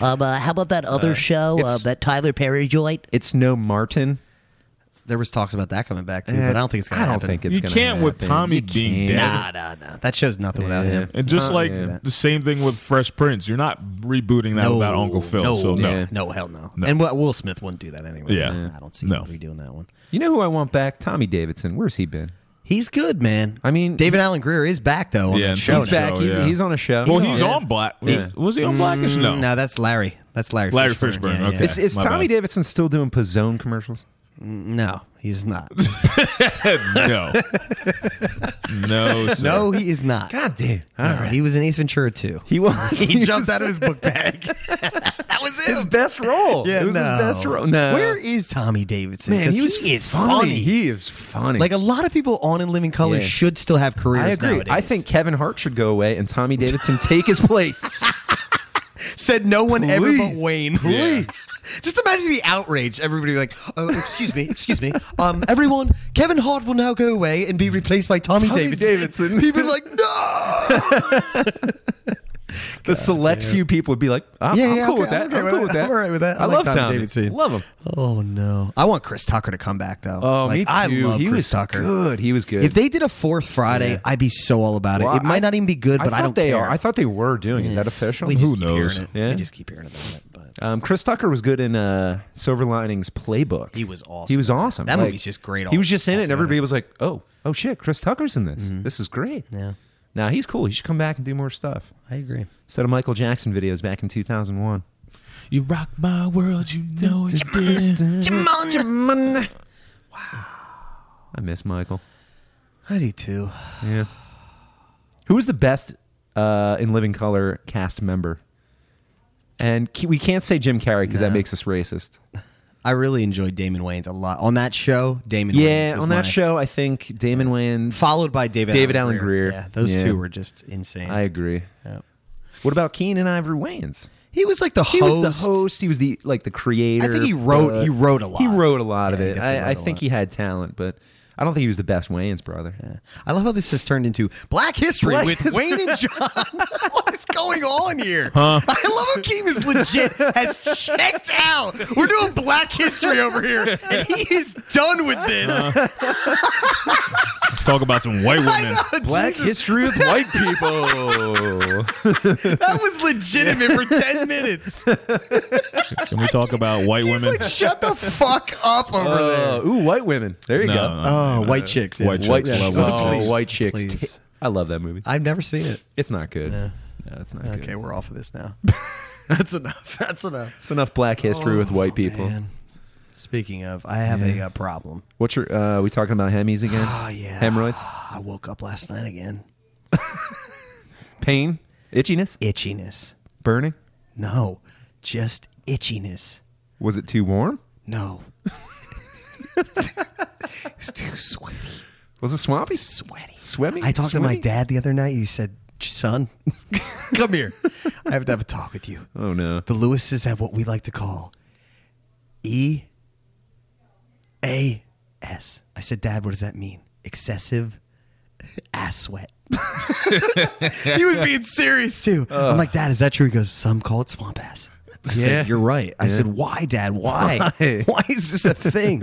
Speaker 5: Um, uh, how about that other show, uh,
Speaker 4: it's-
Speaker 5: that Tyler Perry joint?
Speaker 4: It's no Martin.
Speaker 2: There was talks about that coming back too, but Uh, I don't think it's gonna
Speaker 4: I don't
Speaker 2: happen.
Speaker 4: think it's
Speaker 3: You
Speaker 4: gonna
Speaker 3: can't with
Speaker 4: happen.
Speaker 3: Tommy
Speaker 4: You
Speaker 3: being
Speaker 4: can't.
Speaker 3: dead.
Speaker 2: nah, nah. That show's nothing without
Speaker 4: Yeah.
Speaker 2: him.
Speaker 3: And just
Speaker 4: Huh,
Speaker 3: like
Speaker 4: yeah.
Speaker 3: the same thing with Fresh Prince, you're not rebooting that about Uncle Phil.
Speaker 2: Oh, No,
Speaker 3: so no,
Speaker 4: Yeah.
Speaker 2: no, hell no. And what Will Smith wouldn't do that anyway.
Speaker 3: Yeah.
Speaker 2: I don't see
Speaker 3: No.
Speaker 2: him redoing that one.
Speaker 4: You know who I want back? Tommy Davidson. Where's he been?
Speaker 2: He's good, man.
Speaker 4: I mean-
Speaker 2: David Allen Greer is back though. On
Speaker 3: Yeah,
Speaker 2: yeah,
Speaker 3: and
Speaker 2: show
Speaker 4: He's
Speaker 3: He's
Speaker 2: now.
Speaker 4: back.
Speaker 3: on a show,
Speaker 4: he's,
Speaker 3: yeah.
Speaker 4: he's on a show.
Speaker 3: well he's
Speaker 4: Yeah.
Speaker 3: on Black.
Speaker 2: Yeah.
Speaker 3: Was he on Blackish? No,
Speaker 2: No, that's Larry. That's Larry.
Speaker 3: Larry
Speaker 2: Fishburne.
Speaker 3: Fishburne,
Speaker 2: Yeah,
Speaker 3: okay.
Speaker 2: yeah.
Speaker 4: Is, is
Speaker 3: My
Speaker 4: Tommy
Speaker 3: bad.
Speaker 4: Davidson still doing Pizzone commercials?
Speaker 2: No, he's not.
Speaker 3: (laughs) no, no, sir.
Speaker 2: No, he is not.
Speaker 4: (laughs) God damn. All
Speaker 2: No,
Speaker 4: right.
Speaker 2: He was in Ace Ventura too.
Speaker 4: (laughs) He was.
Speaker 2: He jumped out of his book bag. (laughs) that was him.
Speaker 4: his best role.
Speaker 2: Yeah,
Speaker 4: it was
Speaker 2: no.
Speaker 4: his best role. No.
Speaker 2: Where is Tommy Davidson?
Speaker 4: Man,
Speaker 2: 'Cause
Speaker 4: he, was
Speaker 2: is
Speaker 4: funny.
Speaker 2: funny.
Speaker 4: He is funny.
Speaker 2: like a lot of people on In Living Color
Speaker 4: Yeah.
Speaker 2: should still have careers.
Speaker 4: I agree.
Speaker 2: nowadays.
Speaker 4: I think Kevin Hart should go away
Speaker 2: (laughs)
Speaker 4: and Tommy Davidson take his place.
Speaker 2: said no one ever but
Speaker 4: Please.
Speaker 2: Wayne.
Speaker 3: Yeah.
Speaker 2: (laughs) Just imagine the outrage. Everybody like, oh, excuse me, excuse me. Um, everyone, Kevin Hart will now go away and be replaced by Tommy,
Speaker 4: Tommy
Speaker 2: Davidson.
Speaker 4: Davidson.
Speaker 2: People
Speaker 4: (laughs)
Speaker 2: are like, no.
Speaker 4: The select few people would be like, I'm,
Speaker 2: Yeah,
Speaker 4: I'm
Speaker 2: yeah,
Speaker 4: cool
Speaker 2: okay,
Speaker 4: with that.
Speaker 2: I'm okay
Speaker 4: I'm
Speaker 2: with it.
Speaker 4: cool with that.
Speaker 2: I'm all right with that. I like
Speaker 4: love
Speaker 2: Tommy
Speaker 4: Tommy
Speaker 2: Davidson.
Speaker 4: Love him.
Speaker 2: Oh no! I want Chris Tucker to come back though.
Speaker 4: Oh,
Speaker 2: like,
Speaker 4: me too.
Speaker 2: I love
Speaker 4: he
Speaker 2: Chris
Speaker 4: was
Speaker 2: Tucker.
Speaker 4: good. He was good.
Speaker 2: If they did a fourth Friday, I'd be so all about it.
Speaker 4: Well,
Speaker 2: it might
Speaker 4: I-
Speaker 2: not even be good, but I,
Speaker 4: thought
Speaker 2: don't
Speaker 4: they
Speaker 2: care.
Speaker 4: are. I thought they were doing. Is that official?
Speaker 2: we just
Speaker 3: Who
Speaker 2: keep
Speaker 3: knows?
Speaker 2: hearing it.
Speaker 4: Yeah.
Speaker 2: We just keep hearing about it. But
Speaker 4: Um, Chris Tucker was good in uh, Silver Linings Playbook.
Speaker 2: He was awesome.
Speaker 4: He was awesome.
Speaker 2: That movie's just great
Speaker 4: He
Speaker 2: all-
Speaker 4: was just in it, and
Speaker 2: altogether. Mm-hmm.
Speaker 4: everybody was like, "Oh, oh shit, Chris Tucker's in this. This is great."
Speaker 2: Yeah.
Speaker 4: Now he's cool. He should come back and do more stuff
Speaker 2: I agree.
Speaker 4: instead of Michael Jackson videos back in two thousand
Speaker 2: (laughs)
Speaker 4: one.
Speaker 3: You rock my world, you know it did.
Speaker 4: Wow. I miss Michael.
Speaker 2: I do too.
Speaker 4: Yeah. Who was the best uh, in Living Color cast member? And ca- we can't say Jim Carrey because that makes us racist.
Speaker 2: I really enjoyed Damon Wayans a lot on that show. Damon, Wayans
Speaker 4: Yeah,
Speaker 2: was
Speaker 4: on that
Speaker 2: my-
Speaker 4: show, I think Damon wins.
Speaker 2: followed by David
Speaker 4: David Allen Greer.
Speaker 2: Yeah, those
Speaker 4: Yeah.
Speaker 2: two were just insane.
Speaker 4: I agree.
Speaker 2: Yeah.
Speaker 4: What about Keenan Ivory Wayans?
Speaker 2: He was like the
Speaker 4: He
Speaker 2: host.
Speaker 4: was the host. He was the like the creator.
Speaker 2: I think he wrote.
Speaker 4: but-
Speaker 2: he wrote a lot.
Speaker 4: He wrote a lot of
Speaker 2: Yeah, he
Speaker 4: it.
Speaker 2: definitely
Speaker 4: I,
Speaker 2: wrote
Speaker 4: I
Speaker 2: a
Speaker 4: think
Speaker 2: lot.
Speaker 4: he had talent, but I don't think he was the best Wayans brother.
Speaker 2: I love how this has turned into Black History
Speaker 4: Black
Speaker 2: with
Speaker 4: History.
Speaker 2: Wayne and John. (laughs) what is going on here? Huh? I love how Keem is legit has checked out. We're doing Black History over here, and he is done with this.
Speaker 3: Let's talk about some white
Speaker 2: I
Speaker 3: women.
Speaker 2: know,
Speaker 4: Black
Speaker 2: Jesus.
Speaker 4: history with white
Speaker 2: (laughs)
Speaker 4: Uh, people.
Speaker 2: That was legitimate for ten minutes.
Speaker 3: Can we talk about white
Speaker 2: He's
Speaker 3: women?
Speaker 2: like, shut the fuck up over
Speaker 4: Uh,
Speaker 2: there.
Speaker 4: ooh, white women. There you
Speaker 3: No,
Speaker 4: go.
Speaker 3: no, no,
Speaker 2: Oh,
Speaker 3: no.
Speaker 2: white chicks. yeah.
Speaker 3: White chicks.
Speaker 4: White
Speaker 3: Yes.
Speaker 4: chicks.
Speaker 3: Love
Speaker 4: Oh,
Speaker 3: it.
Speaker 2: Please,
Speaker 4: white chicks.
Speaker 2: please.
Speaker 4: I love that movie.
Speaker 2: I've never seen it.
Speaker 4: It's not good. No, it's not
Speaker 2: Okay,
Speaker 4: good.
Speaker 2: we're off of this (laughs) now. That's enough. That's enough.
Speaker 4: It's enough black history with white people.
Speaker 2: Oh, Man. Speaking of, I have a uh, problem.
Speaker 4: What's your? Uh, we talking about hemis again?
Speaker 2: (gasps) Oh yeah,
Speaker 4: Hemorrhoids,
Speaker 2: Ah, I woke up last night again.
Speaker 4: pain, itchiness,
Speaker 2: Itchiness.
Speaker 4: burning.
Speaker 2: No, just itchiness.
Speaker 4: Was it too warm?
Speaker 2: No. (laughs) it's too sweaty.
Speaker 4: Was it swampy?
Speaker 2: Sweaty.
Speaker 4: Swimming?
Speaker 2: I talked to my
Speaker 4: Sweaty?
Speaker 2: dad the other night. He said, "Son, (laughs) come here. I have to have a talk with you."
Speaker 4: Oh no.
Speaker 2: The Lewises have what we like to call E A S. I said, Dad, what does that mean? Excessive (laughs) ass sweat. (laughs) he was being serious too. I'm like, Dad, is that true? He goes, Some call it swamp ass. I
Speaker 4: Yeah.
Speaker 2: said, You're right. I
Speaker 4: Yeah.
Speaker 2: said, Why, Dad? Why?
Speaker 4: Why?
Speaker 2: (laughs) Why is this a thing? (laughs)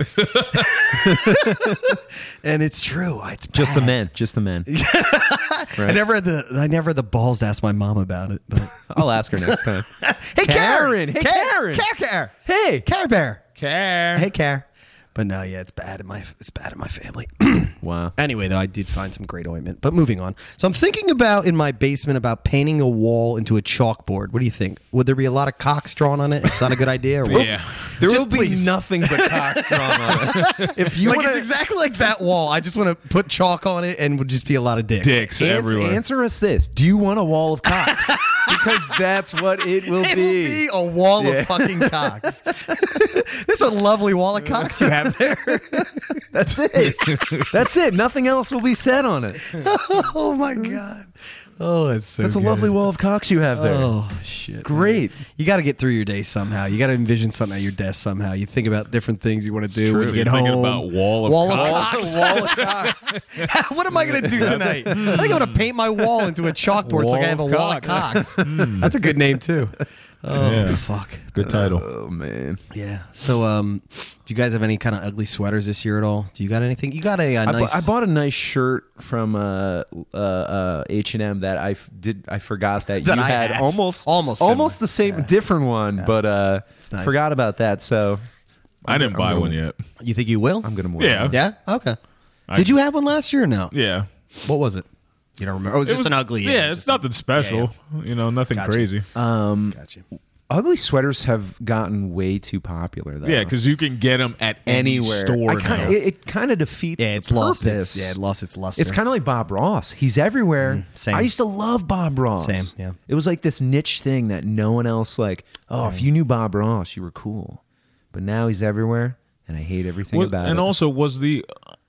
Speaker 2: and it's true. It's
Speaker 4: Just the
Speaker 2: bad.
Speaker 4: men. Just the (laughs) men.
Speaker 2: I
Speaker 4: Right.
Speaker 2: never had the I never had the balls to ask my mom about it.
Speaker 4: (laughs)
Speaker 2: But
Speaker 4: I'll ask her next time.
Speaker 2: hey, Karen.
Speaker 4: Karen. Hey, Karen.
Speaker 2: Care, care.
Speaker 4: Hey.
Speaker 2: Care Bear.
Speaker 4: Care.
Speaker 2: Hey, care. But no, yeah, it's bad in my it's bad in my family. (clears throat)
Speaker 4: Wow.
Speaker 2: anyway, though, I did find some great ointment. But moving on. So I'm thinking about in my basement about painting a wall into a chalkboard. What do you think? Would there be a lot of cocks drawn on it? It's not a good idea. Or
Speaker 4: (laughs)
Speaker 2: what?
Speaker 3: Yeah.
Speaker 4: There
Speaker 2: Just
Speaker 4: will be
Speaker 2: please.
Speaker 4: nothing but (laughs) cock drama. if you
Speaker 2: Like
Speaker 4: wanna
Speaker 2: it's exactly like that wall. I just want to put chalk on it and would just be a lot of dicks.
Speaker 3: Dicks
Speaker 4: ans-
Speaker 3: everywhere.
Speaker 4: answer us this: Do you want a wall of (laughs) cocks? because that's what it will
Speaker 2: It will
Speaker 4: be.
Speaker 2: be a wall
Speaker 4: Yeah.
Speaker 2: of fucking
Speaker 4: (laughs)
Speaker 2: cocks. this is a lovely wall of cocks you have there. (laughs)
Speaker 4: That's it. that's it. Nothing else will be said on it.
Speaker 2: oh my god. Oh, that's so.
Speaker 4: That's a
Speaker 2: good.
Speaker 4: lovely wall of cocks you have there.
Speaker 2: Oh shit! man.
Speaker 4: Great.
Speaker 2: You got to get through your day somehow. You got to envision something at your desk somehow. You think about different things you want to do when
Speaker 3: true.
Speaker 2: you get
Speaker 3: You're
Speaker 2: home.
Speaker 3: thinking about wall of cocks.
Speaker 2: cocks.
Speaker 4: wall of
Speaker 2: (laughs)
Speaker 4: cocks.
Speaker 2: what am I going to do tonight? I think I'm going to paint my wall into a chalkboard so I
Speaker 3: Wall
Speaker 2: can have a
Speaker 3: of
Speaker 2: wall of cocks. That's a good name too. Oh
Speaker 3: Yeah.
Speaker 2: fuck.
Speaker 3: Good title.
Speaker 4: Oh man.
Speaker 2: Yeah. So, um, do you guys have any kind of ugly sweaters this year at all? Do you got anything? You got a, uh
Speaker 4: I, bu-
Speaker 2: nice.
Speaker 4: I bought a nice shirt from uh, uh, uh, H&M that I f- did I
Speaker 2: (laughs)
Speaker 4: forgot that,
Speaker 2: That
Speaker 4: you
Speaker 2: I
Speaker 4: had
Speaker 2: have.
Speaker 4: almost
Speaker 2: Almost
Speaker 4: almost
Speaker 2: similar.
Speaker 4: the same different one but uh
Speaker 2: nice.
Speaker 4: forgot about that so
Speaker 3: I didn't buy
Speaker 4: gonna-
Speaker 3: one yet.
Speaker 2: You think you will?
Speaker 4: I'm going to wear
Speaker 3: Yeah.
Speaker 4: it.
Speaker 2: Yeah. Okay. Did you have one last year or no?
Speaker 3: Yeah.
Speaker 2: What was it? You don't remember? It was just
Speaker 3: It was-
Speaker 2: an ugly.
Speaker 3: Yeah, it's nothing special. You know, nothing crazy.
Speaker 2: Gotcha.
Speaker 4: Ugly sweaters have gotten way too popular though.
Speaker 3: yeah, because you can get them at any
Speaker 4: anywhere I
Speaker 3: store
Speaker 4: kinda-
Speaker 3: now.
Speaker 4: it, it kind of defeats
Speaker 2: Yeah,
Speaker 4: the
Speaker 2: it's lost. Its,
Speaker 4: purpose.
Speaker 2: yeah, it lost its luster.
Speaker 4: It's kind of like Bob Ross. He's everywhere.
Speaker 2: same.
Speaker 4: I used to love Bob Ross.
Speaker 2: Same, yeah.
Speaker 4: It was like this niche thing that no one else like. Oh, if you knew Bob Ross, you were cool. But now he's everywhere, and I hate everything
Speaker 3: Well,
Speaker 4: about
Speaker 3: and
Speaker 4: it.
Speaker 3: also was the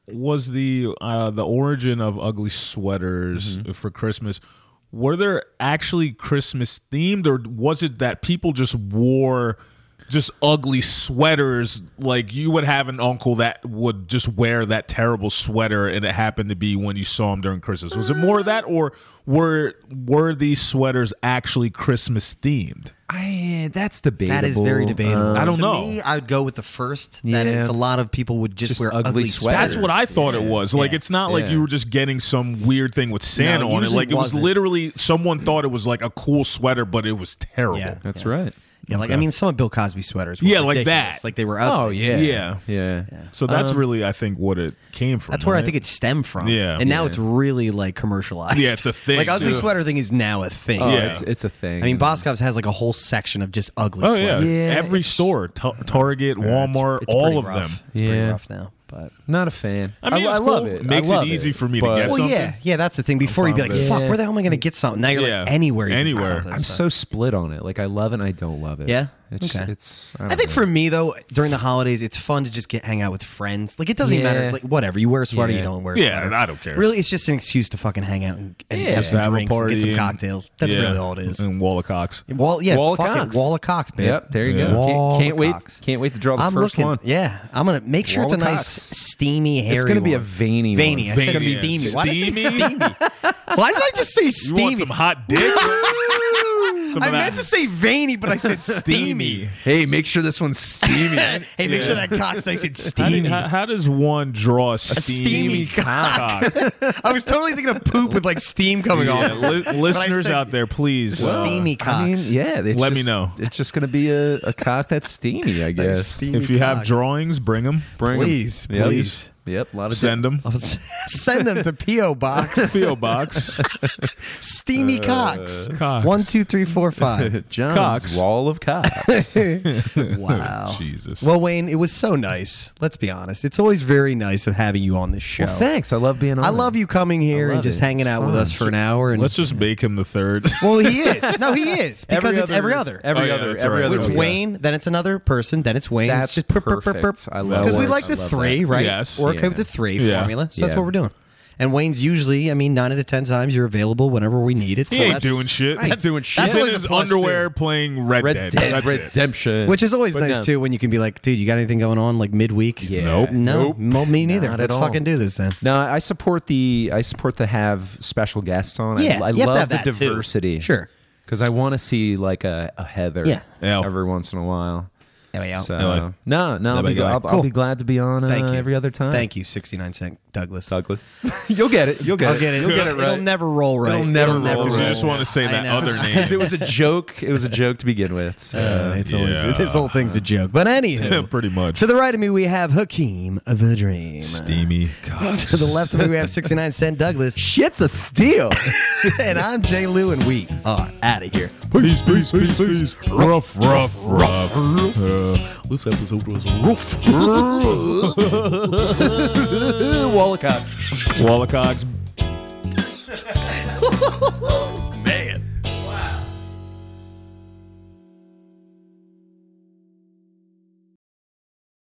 Speaker 3: was the uh, the origin of ugly sweaters
Speaker 4: Mm-hmm.
Speaker 3: for Christmas. Were there actually Christmas themed, or was it that people just wore just ugly sweaters. Like you would have an uncle that would just wear that terrible sweater, and it happened to be when you saw him during Christmas. Was it more of that, or were were these sweaters actually Christmas themed?
Speaker 4: I, that's debatable. Uh,
Speaker 2: That is very debatable.
Speaker 3: I don't
Speaker 2: to
Speaker 3: know.
Speaker 2: Me, I would go with the first. That
Speaker 4: Yeah.
Speaker 2: it's a lot of people would just,
Speaker 4: Just
Speaker 2: wear
Speaker 4: ugly
Speaker 2: ugly,
Speaker 4: sweaters.
Speaker 2: sweaters.
Speaker 3: That's what I thought it was. Like
Speaker 2: Yeah.
Speaker 3: it's not like
Speaker 4: Yeah.
Speaker 3: you were just getting some weird thing with Santa
Speaker 2: No,
Speaker 3: on it.
Speaker 2: usually
Speaker 3: Like it was
Speaker 2: wasn't.
Speaker 3: literally someone thought it was like a cool sweater, but it was terrible.
Speaker 2: Yeah.
Speaker 4: That's right.
Speaker 2: Yeah, like I mean, some of Bill Cosby's sweaters. Were
Speaker 3: Yeah, like
Speaker 2: ridiculous.
Speaker 3: that.
Speaker 2: Like they were ugly.
Speaker 4: Oh yeah.
Speaker 3: Uh, Yeah.
Speaker 4: Yeah.
Speaker 3: So that's really, I think, what it came from.
Speaker 2: Um, That's where I
Speaker 3: right?
Speaker 2: think it stemmed from.
Speaker 3: Yeah.
Speaker 2: and now
Speaker 3: Yeah.
Speaker 2: it's really like commercialized.
Speaker 3: Yeah, it's a thing.
Speaker 2: Like ugly
Speaker 3: Yeah.
Speaker 2: sweater thing is now a thing.
Speaker 4: Oh,
Speaker 3: Yeah.
Speaker 4: It's, it's a thing.
Speaker 2: I mean, Boscov's has like a whole section of just ugly.
Speaker 3: Oh yeah,
Speaker 2: sweaters.
Speaker 4: Yeah,
Speaker 3: every
Speaker 4: it's-
Speaker 3: store, Tar- Target, Walmart,
Speaker 2: It's pretty
Speaker 3: all of
Speaker 2: rough.
Speaker 3: them.
Speaker 2: It's pretty
Speaker 4: Yeah.
Speaker 2: rough now, but.
Speaker 4: not a fan.
Speaker 3: I mean,
Speaker 4: I,
Speaker 3: it's
Speaker 4: love
Speaker 3: cool.
Speaker 4: it. I
Speaker 3: Makes it
Speaker 4: love
Speaker 3: easy for me to
Speaker 4: but
Speaker 3: get
Speaker 2: Well,
Speaker 3: something.
Speaker 2: yeah, yeah, that's the thing. Before you'd be
Speaker 3: fine
Speaker 2: like,
Speaker 3: with it.
Speaker 2: "Fuck,
Speaker 4: Yeah.
Speaker 2: where the hell am I going to get something?" Now you're
Speaker 3: Yeah.
Speaker 2: like, "Anywhere, you can get
Speaker 3: Anywhere.
Speaker 2: something.
Speaker 4: I'm so split on it. Like I love it and I don't love it.
Speaker 2: Yeah?
Speaker 4: It's
Speaker 2: Okay.
Speaker 4: it's
Speaker 2: I think for me though, during the holidays, it's fun to just get hang out with friends. Like it doesn't even matter.
Speaker 4: Yeah.
Speaker 2: Like whatever, you wear a sweater,
Speaker 4: Yeah.
Speaker 2: you don't wear. A
Speaker 3: Yeah,
Speaker 2: sweater.
Speaker 3: I don't care.
Speaker 2: Really, it's just an excuse to fucking hang out and, and
Speaker 4: Yeah.
Speaker 2: have
Speaker 4: Just
Speaker 2: some
Speaker 3: have a
Speaker 2: drinks, and get some
Speaker 3: party.
Speaker 2: cocktails. That's
Speaker 3: Yeah.
Speaker 2: really all it is.
Speaker 3: And Wall of Cox.
Speaker 2: Wall, yeah,
Speaker 4: Wall of
Speaker 2: fuck it.
Speaker 4: Cox.
Speaker 2: Wall of Cox, man.
Speaker 4: Yep, there you
Speaker 3: Yeah.
Speaker 4: go.
Speaker 2: Wall
Speaker 4: Can't, can't
Speaker 2: of
Speaker 4: wait.
Speaker 2: Cox.
Speaker 4: Can't wait to draw the
Speaker 2: I'm
Speaker 4: first
Speaker 2: looking.
Speaker 4: one.
Speaker 2: Yeah, I'm gonna make sure
Speaker 4: Wall
Speaker 2: it's a
Speaker 4: of
Speaker 2: nice,
Speaker 4: Cox.
Speaker 2: steamy, hairy.
Speaker 4: It's gonna be a
Speaker 2: one.
Speaker 4: veiny. one.
Speaker 2: veiny. I said
Speaker 3: Veiny.
Speaker 2: steamy. Why did I say
Speaker 3: Steamy?
Speaker 2: steamy?
Speaker 3: (laughs)
Speaker 2: Why did I just say
Speaker 3: You
Speaker 2: steamy?
Speaker 3: want some
Speaker 2: (laughs)
Speaker 3: hot dick? Some
Speaker 2: I
Speaker 3: of that
Speaker 2: meant to say veiny, but I
Speaker 3: (laughs)
Speaker 2: said steamy.
Speaker 4: Hey, make sure this one's (laughs) steamy.
Speaker 2: (laughs) hey, make sure that cock stays in
Speaker 3: How, do-
Speaker 2: steamy.
Speaker 3: how- how does one draw a
Speaker 2: steamy
Speaker 3: steamy, cock?
Speaker 2: (laughs) I was totally thinking of poop with like steam coming (laughs)
Speaker 3: Yeah,
Speaker 2: off.
Speaker 3: li- listeners
Speaker 2: said-
Speaker 3: out there, please. uh,
Speaker 2: steamy cock.
Speaker 4: I mean, yeah. it's
Speaker 3: Let me
Speaker 4: just-
Speaker 3: know.
Speaker 4: It's just gonna be a, a cock that's steamy, I
Speaker 2: Like
Speaker 4: guess.
Speaker 2: steamy
Speaker 3: uh, if you have
Speaker 2: cock.
Speaker 3: drawings, bring them.
Speaker 4: Bring 'em.
Speaker 2: Please,
Speaker 4: Yep.
Speaker 2: please.
Speaker 4: Yep. A lot of
Speaker 2: (laughs)
Speaker 3: Send them.
Speaker 2: send them to PO
Speaker 4: (laughs)
Speaker 2: Box. (laughs)
Speaker 3: PO box.
Speaker 2: steamy
Speaker 4: uh,
Speaker 2: cocks.
Speaker 3: Cox.
Speaker 2: One, two, three, four,
Speaker 4: (laughs)
Speaker 2: five.
Speaker 4: John's
Speaker 3: Cocks.
Speaker 4: wall of cocks.
Speaker 3: (laughs)
Speaker 2: Wow.
Speaker 3: Jesus.
Speaker 2: Well, Wayne, it was so nice. Let's be honest. It's always very nice of having you on this show.
Speaker 4: well, thanks. I love being on.
Speaker 2: I love you coming here and
Speaker 4: love
Speaker 2: just
Speaker 4: it.
Speaker 2: hanging
Speaker 4: It's
Speaker 2: out with
Speaker 4: fun.
Speaker 2: us for an hour. And
Speaker 3: Let's just make him the third.
Speaker 2: (laughs) well, he is. No, he is because
Speaker 4: (laughs) Every
Speaker 2: it's
Speaker 4: other-
Speaker 2: every other.
Speaker 4: Every
Speaker 3: Oh, yeah,
Speaker 4: other.
Speaker 3: that's
Speaker 4: every
Speaker 3: right.
Speaker 4: other.
Speaker 2: it's
Speaker 4: week.
Speaker 2: Wayne, then it's another person, then it's Wayne.
Speaker 4: That's
Speaker 2: it's just perp, perp, perp,
Speaker 4: perfect.
Speaker 2: perp.
Speaker 4: I love
Speaker 2: because we
Speaker 4: works.
Speaker 2: like
Speaker 4: I
Speaker 2: the
Speaker 4: love
Speaker 2: three,
Speaker 4: that.
Speaker 2: right?
Speaker 3: Yes.
Speaker 2: We're okay
Speaker 4: Yeah.
Speaker 2: with the three
Speaker 3: Yeah.
Speaker 2: formula, so that's
Speaker 4: Yeah.
Speaker 2: what we're doing. And Wayne's usually, I mean, nine out of ten times you're available whenever we need it. So
Speaker 3: he ain't
Speaker 2: that's-
Speaker 3: doing shit.
Speaker 4: ain't doing shit.
Speaker 3: He's
Speaker 2: That's
Speaker 3: in
Speaker 2: always a
Speaker 3: his
Speaker 2: plus,
Speaker 3: underwear playing Red,
Speaker 4: Red
Speaker 3: Dead.
Speaker 4: Dead
Speaker 3: That's it.
Speaker 4: Redemption,
Speaker 2: Which is always
Speaker 4: But
Speaker 2: nice
Speaker 4: no.
Speaker 2: too when you can be like, dude, you got anything going on like midweek?
Speaker 4: Yeah.
Speaker 3: Nope.
Speaker 2: No,
Speaker 3: Nope.
Speaker 2: well, me neither.
Speaker 4: Not at
Speaker 2: Let's
Speaker 4: all.
Speaker 2: fucking do this then.
Speaker 4: No, I support the I support the have special guests on. I-
Speaker 2: Yeah,
Speaker 4: I,
Speaker 2: you have to
Speaker 4: love
Speaker 2: have
Speaker 4: the
Speaker 2: that too.
Speaker 4: diversity.
Speaker 2: Sure.
Speaker 4: because I want to see like a, a Heather.
Speaker 2: Yeah.
Speaker 3: Yeah.
Speaker 4: every once in a while.
Speaker 2: Anyway, I'll-
Speaker 4: So
Speaker 3: Yeah.
Speaker 4: no, no, I'll
Speaker 3: That'd
Speaker 4: be,
Speaker 3: be
Speaker 4: I'll,
Speaker 3: good.
Speaker 4: I'll
Speaker 2: Cool.
Speaker 4: be glad to be on uh,
Speaker 2: Thank you.
Speaker 4: every other time.
Speaker 2: Thank you, 69 cent Douglas.
Speaker 4: Douglas. (laughs) You'll get it. You'll get
Speaker 2: I'll
Speaker 4: it.
Speaker 2: get it.
Speaker 4: You'll get it (laughs) right.
Speaker 2: will never roll right.
Speaker 4: It'll never roll
Speaker 3: Because you
Speaker 4: right.
Speaker 3: just want to
Speaker 2: (laughs)
Speaker 3: say
Speaker 2: I
Speaker 3: that
Speaker 2: know.
Speaker 3: other
Speaker 4: Because it
Speaker 3: name.
Speaker 4: was a joke. It was a joke to begin with. So.
Speaker 2: Uh, it's always (laughs)
Speaker 3: Yeah.
Speaker 2: this whole thing's a joke.
Speaker 4: (laughs)
Speaker 2: But anywho,
Speaker 3: Pretty much.
Speaker 2: To the right of me, we have Hakeem of the Dream.
Speaker 3: Steamy cocks.
Speaker 2: (laughs) To the left of me, we have 69 Cent Douglas.
Speaker 4: Shit's a
Speaker 2: (laughs)
Speaker 4: steal.
Speaker 2: and I'm Jay Lou, and we are out of here.
Speaker 3: Peace, peace, peace, peace. Rough, rough, rough.
Speaker 2: This episode was rough.
Speaker 4: Wallacott.
Speaker 3: Wallacocks.